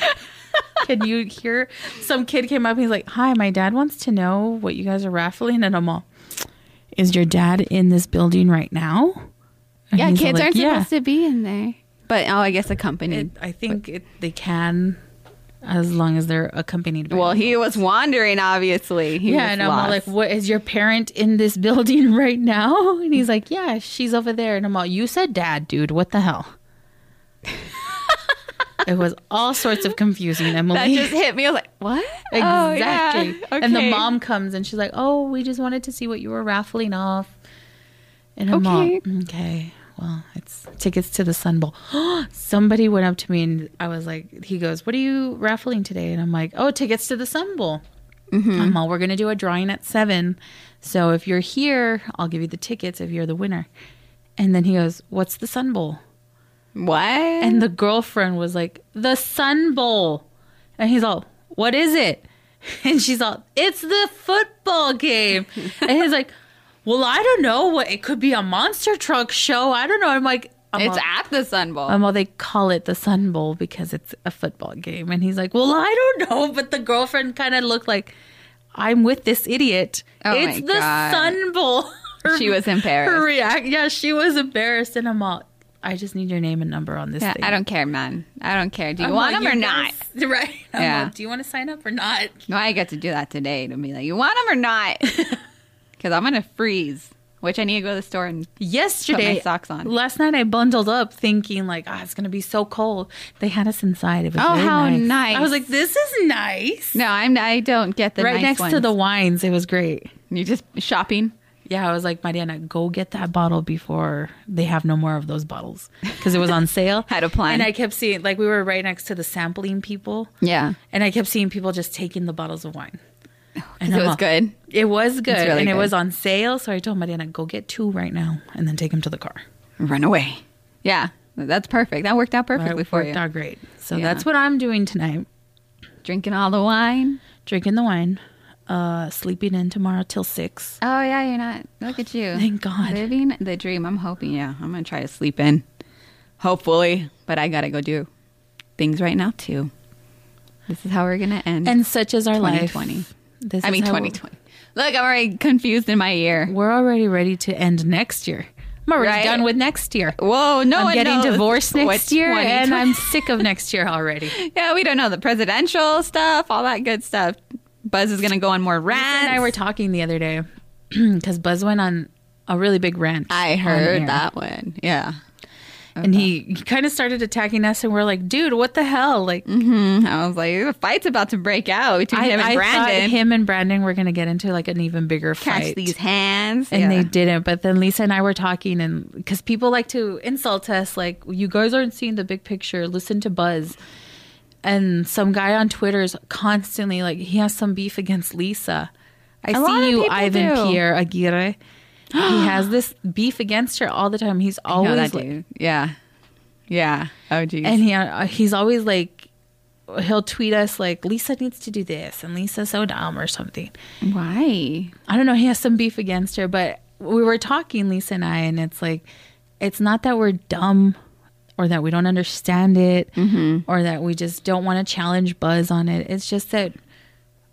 [SPEAKER 1] Can you hear? Some kid came up and he's like, Hi, my dad wants to know what you guys are raffling. And I'm all, Is your dad in this building right now? And
[SPEAKER 2] Yeah,
[SPEAKER 1] he's all
[SPEAKER 2] kids
[SPEAKER 1] like,
[SPEAKER 2] aren't
[SPEAKER 1] "Yeah."
[SPEAKER 2] supposed to be in there. But oh, I guess accompanied.
[SPEAKER 1] It, I think it, they can as long as they're accompanied by.
[SPEAKER 2] well, he was wandering, obviously. He
[SPEAKER 1] yeah,
[SPEAKER 2] was
[SPEAKER 1] and I'm all like,
[SPEAKER 2] lost.
[SPEAKER 1] What is your parent in this building right now? And he's like, Yeah, she's over there. And I'm all, You said dad, dude. What the hell? it was all sorts of confusing, Emily.
[SPEAKER 2] that just hit me. I was like, what? Oh, yeah.
[SPEAKER 1] Exactly. And the
[SPEAKER 2] Okay.
[SPEAKER 1] mom comes and she's like, "Oh, we just wanted to see what you were raffling off." And I'm
[SPEAKER 2] Okay.
[SPEAKER 1] all, "Okay, well, it's tickets to the Sun Bowl." Somebody went up to me and I was like, "He goes, what are you raffling today?" And I'm like, "Oh, tickets to the Sun Bowl."
[SPEAKER 2] Mm-hmm.
[SPEAKER 1] I'm all, "We're gonna do a drawing at seven, so if you're here, I'll give you the tickets if you're the winner." And then he goes, "What's the Sun Bowl?"
[SPEAKER 2] What?
[SPEAKER 1] And the girlfriend was like, The Sun Bowl. And he's all, What is it? And she's all, It's the football game. and he's like, Well, I don't know. What it could be a monster truck show. I don't know. I'm like, I'm
[SPEAKER 2] it's
[SPEAKER 1] all,
[SPEAKER 2] at the Sun Bowl.
[SPEAKER 1] I'm all, they call it the Sun Bowl because it's a football game. And he's like, Well, I don't know. But the girlfriend kind of looked like, I'm with this idiot.
[SPEAKER 2] Oh my
[SPEAKER 1] it's the
[SPEAKER 2] God.
[SPEAKER 1] Sun Bowl. Her-
[SPEAKER 2] She was embarrassed.
[SPEAKER 1] Her react, yeah, she was embarrassed. And I'm all, I just need your name and number on this
[SPEAKER 2] Yeah,
[SPEAKER 1] thing.
[SPEAKER 2] I don't care, man. I don't care. Do you
[SPEAKER 1] I'm
[SPEAKER 2] want
[SPEAKER 1] like,
[SPEAKER 2] them or
[SPEAKER 1] you
[SPEAKER 2] not?
[SPEAKER 1] guys- right. I'm
[SPEAKER 2] Yeah.
[SPEAKER 1] like, do you want to sign up or not?
[SPEAKER 2] No, I get to do that today to be like, you want them or not? Because I'm gonna freeze. Which I need to go to the store and
[SPEAKER 1] Yesterday,
[SPEAKER 2] Put my socks on.
[SPEAKER 1] Last night, I bundled up thinking like, ah, it's gonna be so cold. They had us inside. It was
[SPEAKER 2] Oh,
[SPEAKER 1] very
[SPEAKER 2] how
[SPEAKER 1] I
[SPEAKER 2] nice.
[SPEAKER 1] was like, this is nice.
[SPEAKER 2] no, I'm I don't get the
[SPEAKER 1] right
[SPEAKER 2] nice
[SPEAKER 1] next to
[SPEAKER 2] ones.
[SPEAKER 1] the wines, it was great.
[SPEAKER 2] you just shopping.
[SPEAKER 1] Yeah, I was like, Mariana, go get that bottle before they have no more of those bottles because it was on sale.
[SPEAKER 2] Had a plan.
[SPEAKER 1] and I kept seeing like we were right next to the sampling people.
[SPEAKER 2] Yeah,
[SPEAKER 1] and I kept seeing people just taking the bottles of wine.
[SPEAKER 2] because
[SPEAKER 1] And
[SPEAKER 2] Oh,
[SPEAKER 1] I'm
[SPEAKER 2] it was
[SPEAKER 1] all-
[SPEAKER 2] good.
[SPEAKER 1] It was good,
[SPEAKER 2] really
[SPEAKER 1] and it
[SPEAKER 2] good.
[SPEAKER 1] was on sale. So I told Mariana, go get two right now, and then take them to the car.
[SPEAKER 2] Run away. Yeah, that's perfect. That worked out perfectly
[SPEAKER 1] It
[SPEAKER 2] for
[SPEAKER 1] worked
[SPEAKER 2] you.
[SPEAKER 1] out great. So
[SPEAKER 2] Yeah.
[SPEAKER 1] that's what I'm doing tonight:
[SPEAKER 2] Drinking all the wine.
[SPEAKER 1] drinking the wine, uh, sleeping in tomorrow till six.
[SPEAKER 2] Oh yeah, you're not. Look at you.
[SPEAKER 1] Thank God.
[SPEAKER 2] Living the dream. I'm hoping. Yeah, I'm gonna try to sleep in. Hopefully, but I gotta go do things right now too. This is how we're gonna end.
[SPEAKER 1] And such is our
[SPEAKER 2] 2020.
[SPEAKER 1] life. This
[SPEAKER 2] I
[SPEAKER 1] is
[SPEAKER 2] mean,
[SPEAKER 1] how
[SPEAKER 2] 2020. Look, I'm already confused in my year.
[SPEAKER 1] We're already ready to end next year. I'm already
[SPEAKER 2] Right.
[SPEAKER 1] done with next year.
[SPEAKER 2] Whoa, no
[SPEAKER 1] I'm
[SPEAKER 2] one
[SPEAKER 1] getting
[SPEAKER 2] knows
[SPEAKER 1] divorced
[SPEAKER 2] what
[SPEAKER 1] next year, and
[SPEAKER 2] 2020
[SPEAKER 1] I'm sick of next year already.
[SPEAKER 2] yeah, we don't know the presidential stuff, all that good stuff. Buzz is gonna go on more
[SPEAKER 1] Lisa
[SPEAKER 2] rants.
[SPEAKER 1] and I were talking the other day because Buzz went on a really big rant.
[SPEAKER 2] I
[SPEAKER 1] on air.
[SPEAKER 2] heard that one. Yeah,
[SPEAKER 1] and he, he kind of started attacking us, and we're like, "Dude, what the hell?" Like,
[SPEAKER 2] Mhm. I was like, a fight's about to break out between
[SPEAKER 1] I,
[SPEAKER 2] him and
[SPEAKER 1] I
[SPEAKER 2] Brandon.
[SPEAKER 1] thought him and Brandon were going to get into like an even bigger
[SPEAKER 2] Catch
[SPEAKER 1] fight.
[SPEAKER 2] these hands,
[SPEAKER 1] and
[SPEAKER 2] Yeah.
[SPEAKER 1] they didn't. But then Lisa and I were talking, and because people like to insult us, like you guys aren't seeing the big picture. Listen to Buzz, and some guy on Twitter is constantly like he has some beef against Lisa. I
[SPEAKER 2] A lot of
[SPEAKER 1] see you,
[SPEAKER 2] people
[SPEAKER 1] Ivan
[SPEAKER 2] do.
[SPEAKER 1] Pierre Aguirre. he has this beef against her all the time. He's
[SPEAKER 2] No,
[SPEAKER 1] always
[SPEAKER 2] that
[SPEAKER 1] like-
[SPEAKER 2] dude. Yeah, yeah. Oh, geez.
[SPEAKER 1] and he uh, he's always like he'll tweet us like Lisa needs to do this and Lisa's so dumb or something.
[SPEAKER 2] Why?
[SPEAKER 1] I don't know. He has some beef against her, but we were talking, Lisa and I, and it's like, it's not that we're dumb or that we don't understand it or that we just don't want to challenge Buzz on it. It's just that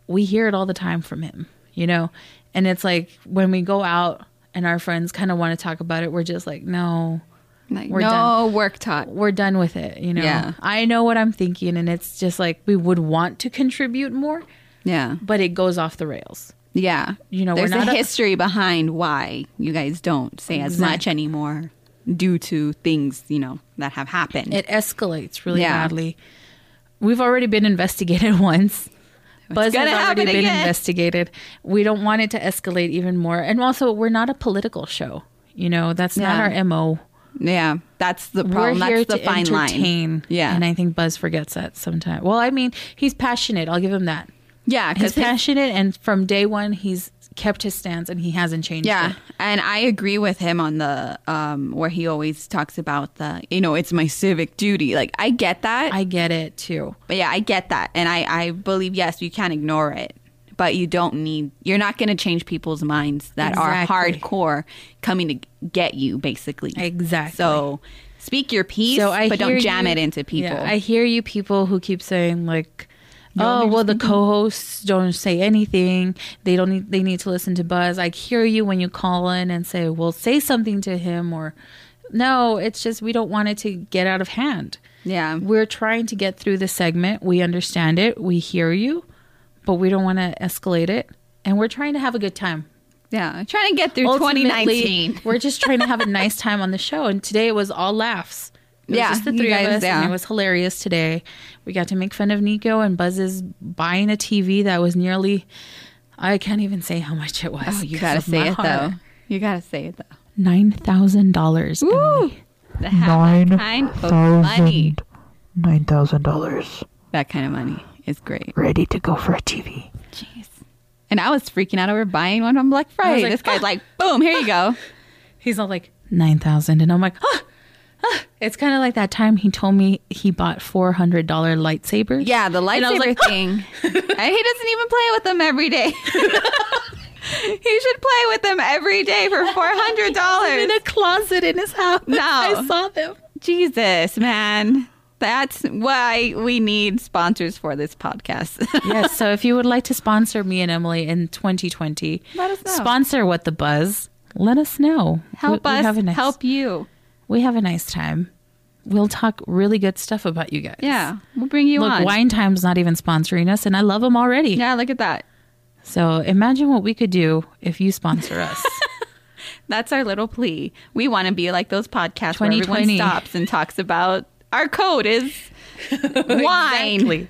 [SPEAKER 1] we hear it all the time from him, you know? And it's like when we go out and our friends kind of want to talk about it, we're just like, no,
[SPEAKER 2] Like,
[SPEAKER 1] We're
[SPEAKER 2] no
[SPEAKER 1] done.
[SPEAKER 2] work talk.
[SPEAKER 1] we're done with it, you know?
[SPEAKER 2] Yeah.
[SPEAKER 1] I know what I'm thinking, and it's just like we would want to contribute more,
[SPEAKER 2] Yeah,
[SPEAKER 1] but it goes off the rails.
[SPEAKER 2] yeah.
[SPEAKER 1] You know,
[SPEAKER 2] there's
[SPEAKER 1] we're not
[SPEAKER 2] a
[SPEAKER 1] a-
[SPEAKER 2] history behind why you guys don't say as much
[SPEAKER 1] Exactly.
[SPEAKER 2] anymore due to things you know that have happened.
[SPEAKER 1] It escalates really
[SPEAKER 2] Yeah.
[SPEAKER 1] badly. We've already been investigated once. Buzz has
[SPEAKER 2] gonna
[SPEAKER 1] already
[SPEAKER 2] happen
[SPEAKER 1] been
[SPEAKER 2] again.
[SPEAKER 1] investigated. We don't want it to escalate even more. And also, we're not a political show. You know, that's
[SPEAKER 2] Yeah.
[SPEAKER 1] not our mo.
[SPEAKER 2] yeah, that's the problem.
[SPEAKER 1] We're here
[SPEAKER 2] that's the
[SPEAKER 1] to
[SPEAKER 2] fine line.
[SPEAKER 1] entertain.
[SPEAKER 2] Yeah.
[SPEAKER 1] and I think Buzz forgets that sometimes. Well, I mean, he's passionate. I'll give him that.
[SPEAKER 2] Yeah,
[SPEAKER 1] He's
[SPEAKER 2] because
[SPEAKER 1] passionate, and from day one, he's kept his stance, and he hasn't changed.
[SPEAKER 2] Yeah,
[SPEAKER 1] it.
[SPEAKER 2] and I agree with him on the um where he always talks about the you know it's my civic duty. Like I get that,
[SPEAKER 1] I get it too.
[SPEAKER 2] but yeah, I get that, and I I believe yes, you can ignore it, but you don't need. You're not going to change people's minds that
[SPEAKER 1] Exactly.
[SPEAKER 2] are hardcore coming to get you basically.
[SPEAKER 1] Exactly.
[SPEAKER 2] So speak your piece, but don't
[SPEAKER 1] hear
[SPEAKER 2] jam
[SPEAKER 1] you-
[SPEAKER 2] it into people.
[SPEAKER 1] Yeah, I hear you people who keep saying like, "Oh,
[SPEAKER 2] they're
[SPEAKER 1] well, the co-hosts don't say anything. They don't need. They need to listen to Buzz." I hear you when you call in and say, "Well, say something to him," or "No, it's just we don't want it to get out of hand."
[SPEAKER 2] yeah,
[SPEAKER 1] We're trying to get through the segment. We understand it. We hear you, but we don't want to escalate it. And we're trying to have a good time.
[SPEAKER 2] yeah. Trying to get through
[SPEAKER 1] Ultimately,
[SPEAKER 2] 2019.
[SPEAKER 1] We're just trying to have a nice time on the show, and today it was all laughs. It was
[SPEAKER 2] Yeah,
[SPEAKER 1] just the
[SPEAKER 2] you
[SPEAKER 1] three
[SPEAKER 2] guys-
[SPEAKER 1] of us,
[SPEAKER 2] yeah.
[SPEAKER 1] and it was hilarious today. We got to make fun of Nico and Buzz's buying a TV that was nearly. I can't even say how much it was.
[SPEAKER 2] Oh, you gotta say it though. You gotta say it though.
[SPEAKER 1] Nine thousand dollars.
[SPEAKER 2] Woo! The half kind
[SPEAKER 4] Nine
[SPEAKER 2] of money.
[SPEAKER 4] thousand nine thousand dollars
[SPEAKER 2] That kind of money is great.
[SPEAKER 4] ready to go for a TV.
[SPEAKER 2] And I was freaking out over buying one on Black Friday.
[SPEAKER 1] like,
[SPEAKER 2] this guy's like, "Ah." boom, here you go.
[SPEAKER 1] He's all like nine thousand, and I'm like, ah, ah. It's kind of like that time he told me he bought four hundred dollar lightsabers.
[SPEAKER 2] Yeah, the
[SPEAKER 1] I was
[SPEAKER 2] lightsaber
[SPEAKER 1] like,
[SPEAKER 2] thing. and he doesn't even play with them every day. he should play with them every day for four hundred
[SPEAKER 1] in
[SPEAKER 2] dollars.
[SPEAKER 1] a closet in his house.
[SPEAKER 2] No.
[SPEAKER 1] I saw them.
[SPEAKER 2] Jesus, man. That's why we need sponsors for this podcast.
[SPEAKER 1] yes. So if you would like to sponsor me and Emily in 2020,
[SPEAKER 2] Let us know.
[SPEAKER 1] Sponsor what the buzz. Let us know.
[SPEAKER 2] help
[SPEAKER 1] We- we
[SPEAKER 2] us
[SPEAKER 1] have a nice,
[SPEAKER 2] help you.
[SPEAKER 1] We have a nice time. We'll talk really good stuff about you guys.
[SPEAKER 2] Yeah. We'll bring you
[SPEAKER 1] Look,
[SPEAKER 2] on.
[SPEAKER 1] Wine Time's not even sponsoring us, and I love them already.
[SPEAKER 2] Yeah, look at that.
[SPEAKER 1] So imagine what we could do if you sponsor us.
[SPEAKER 2] That's our little plea. We want to be like those podcasts where everyone
[SPEAKER 1] 2020.
[SPEAKER 2] stops and talks about our code is wine.
[SPEAKER 1] Exactly.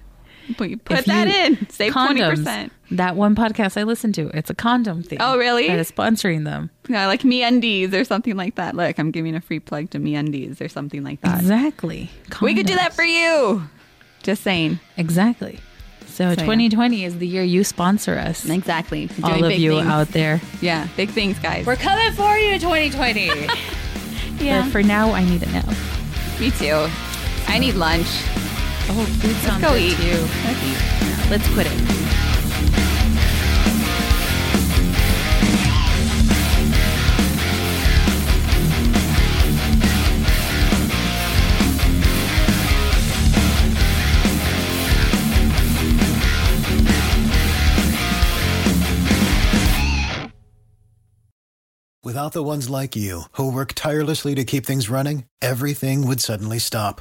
[SPEAKER 2] We put
[SPEAKER 1] If
[SPEAKER 2] that
[SPEAKER 1] you-
[SPEAKER 2] in. Save twenty
[SPEAKER 1] Condoms.
[SPEAKER 2] percent.
[SPEAKER 1] That one podcast I listen to, it's a condom thing.
[SPEAKER 2] Oh, really?
[SPEAKER 1] That is sponsoring them.
[SPEAKER 2] No, like me undies or something like that. Look, I'm giving a free plug to me undies or something like that.
[SPEAKER 1] Exactly.
[SPEAKER 2] We could do
[SPEAKER 1] Condoms.
[SPEAKER 2] that for you. Just saying.
[SPEAKER 1] Exactly. So,
[SPEAKER 2] yeah.
[SPEAKER 1] 2020 is the year you sponsor us.
[SPEAKER 2] Exactly. Doing
[SPEAKER 1] all of
[SPEAKER 2] big
[SPEAKER 1] you
[SPEAKER 2] things.
[SPEAKER 1] out there.
[SPEAKER 2] Yeah, big things, guys.
[SPEAKER 1] coming for you, 2020. yeah. But for now, I need it now.
[SPEAKER 2] me too. I need lunch.
[SPEAKER 1] Oh, food sounds
[SPEAKER 2] go
[SPEAKER 1] good
[SPEAKER 2] eat.
[SPEAKER 1] too.
[SPEAKER 2] Let's eat.
[SPEAKER 1] Let's quit it.
[SPEAKER 5] Without the ones like you, who work tirelessly to keep things running, everything would suddenly stop.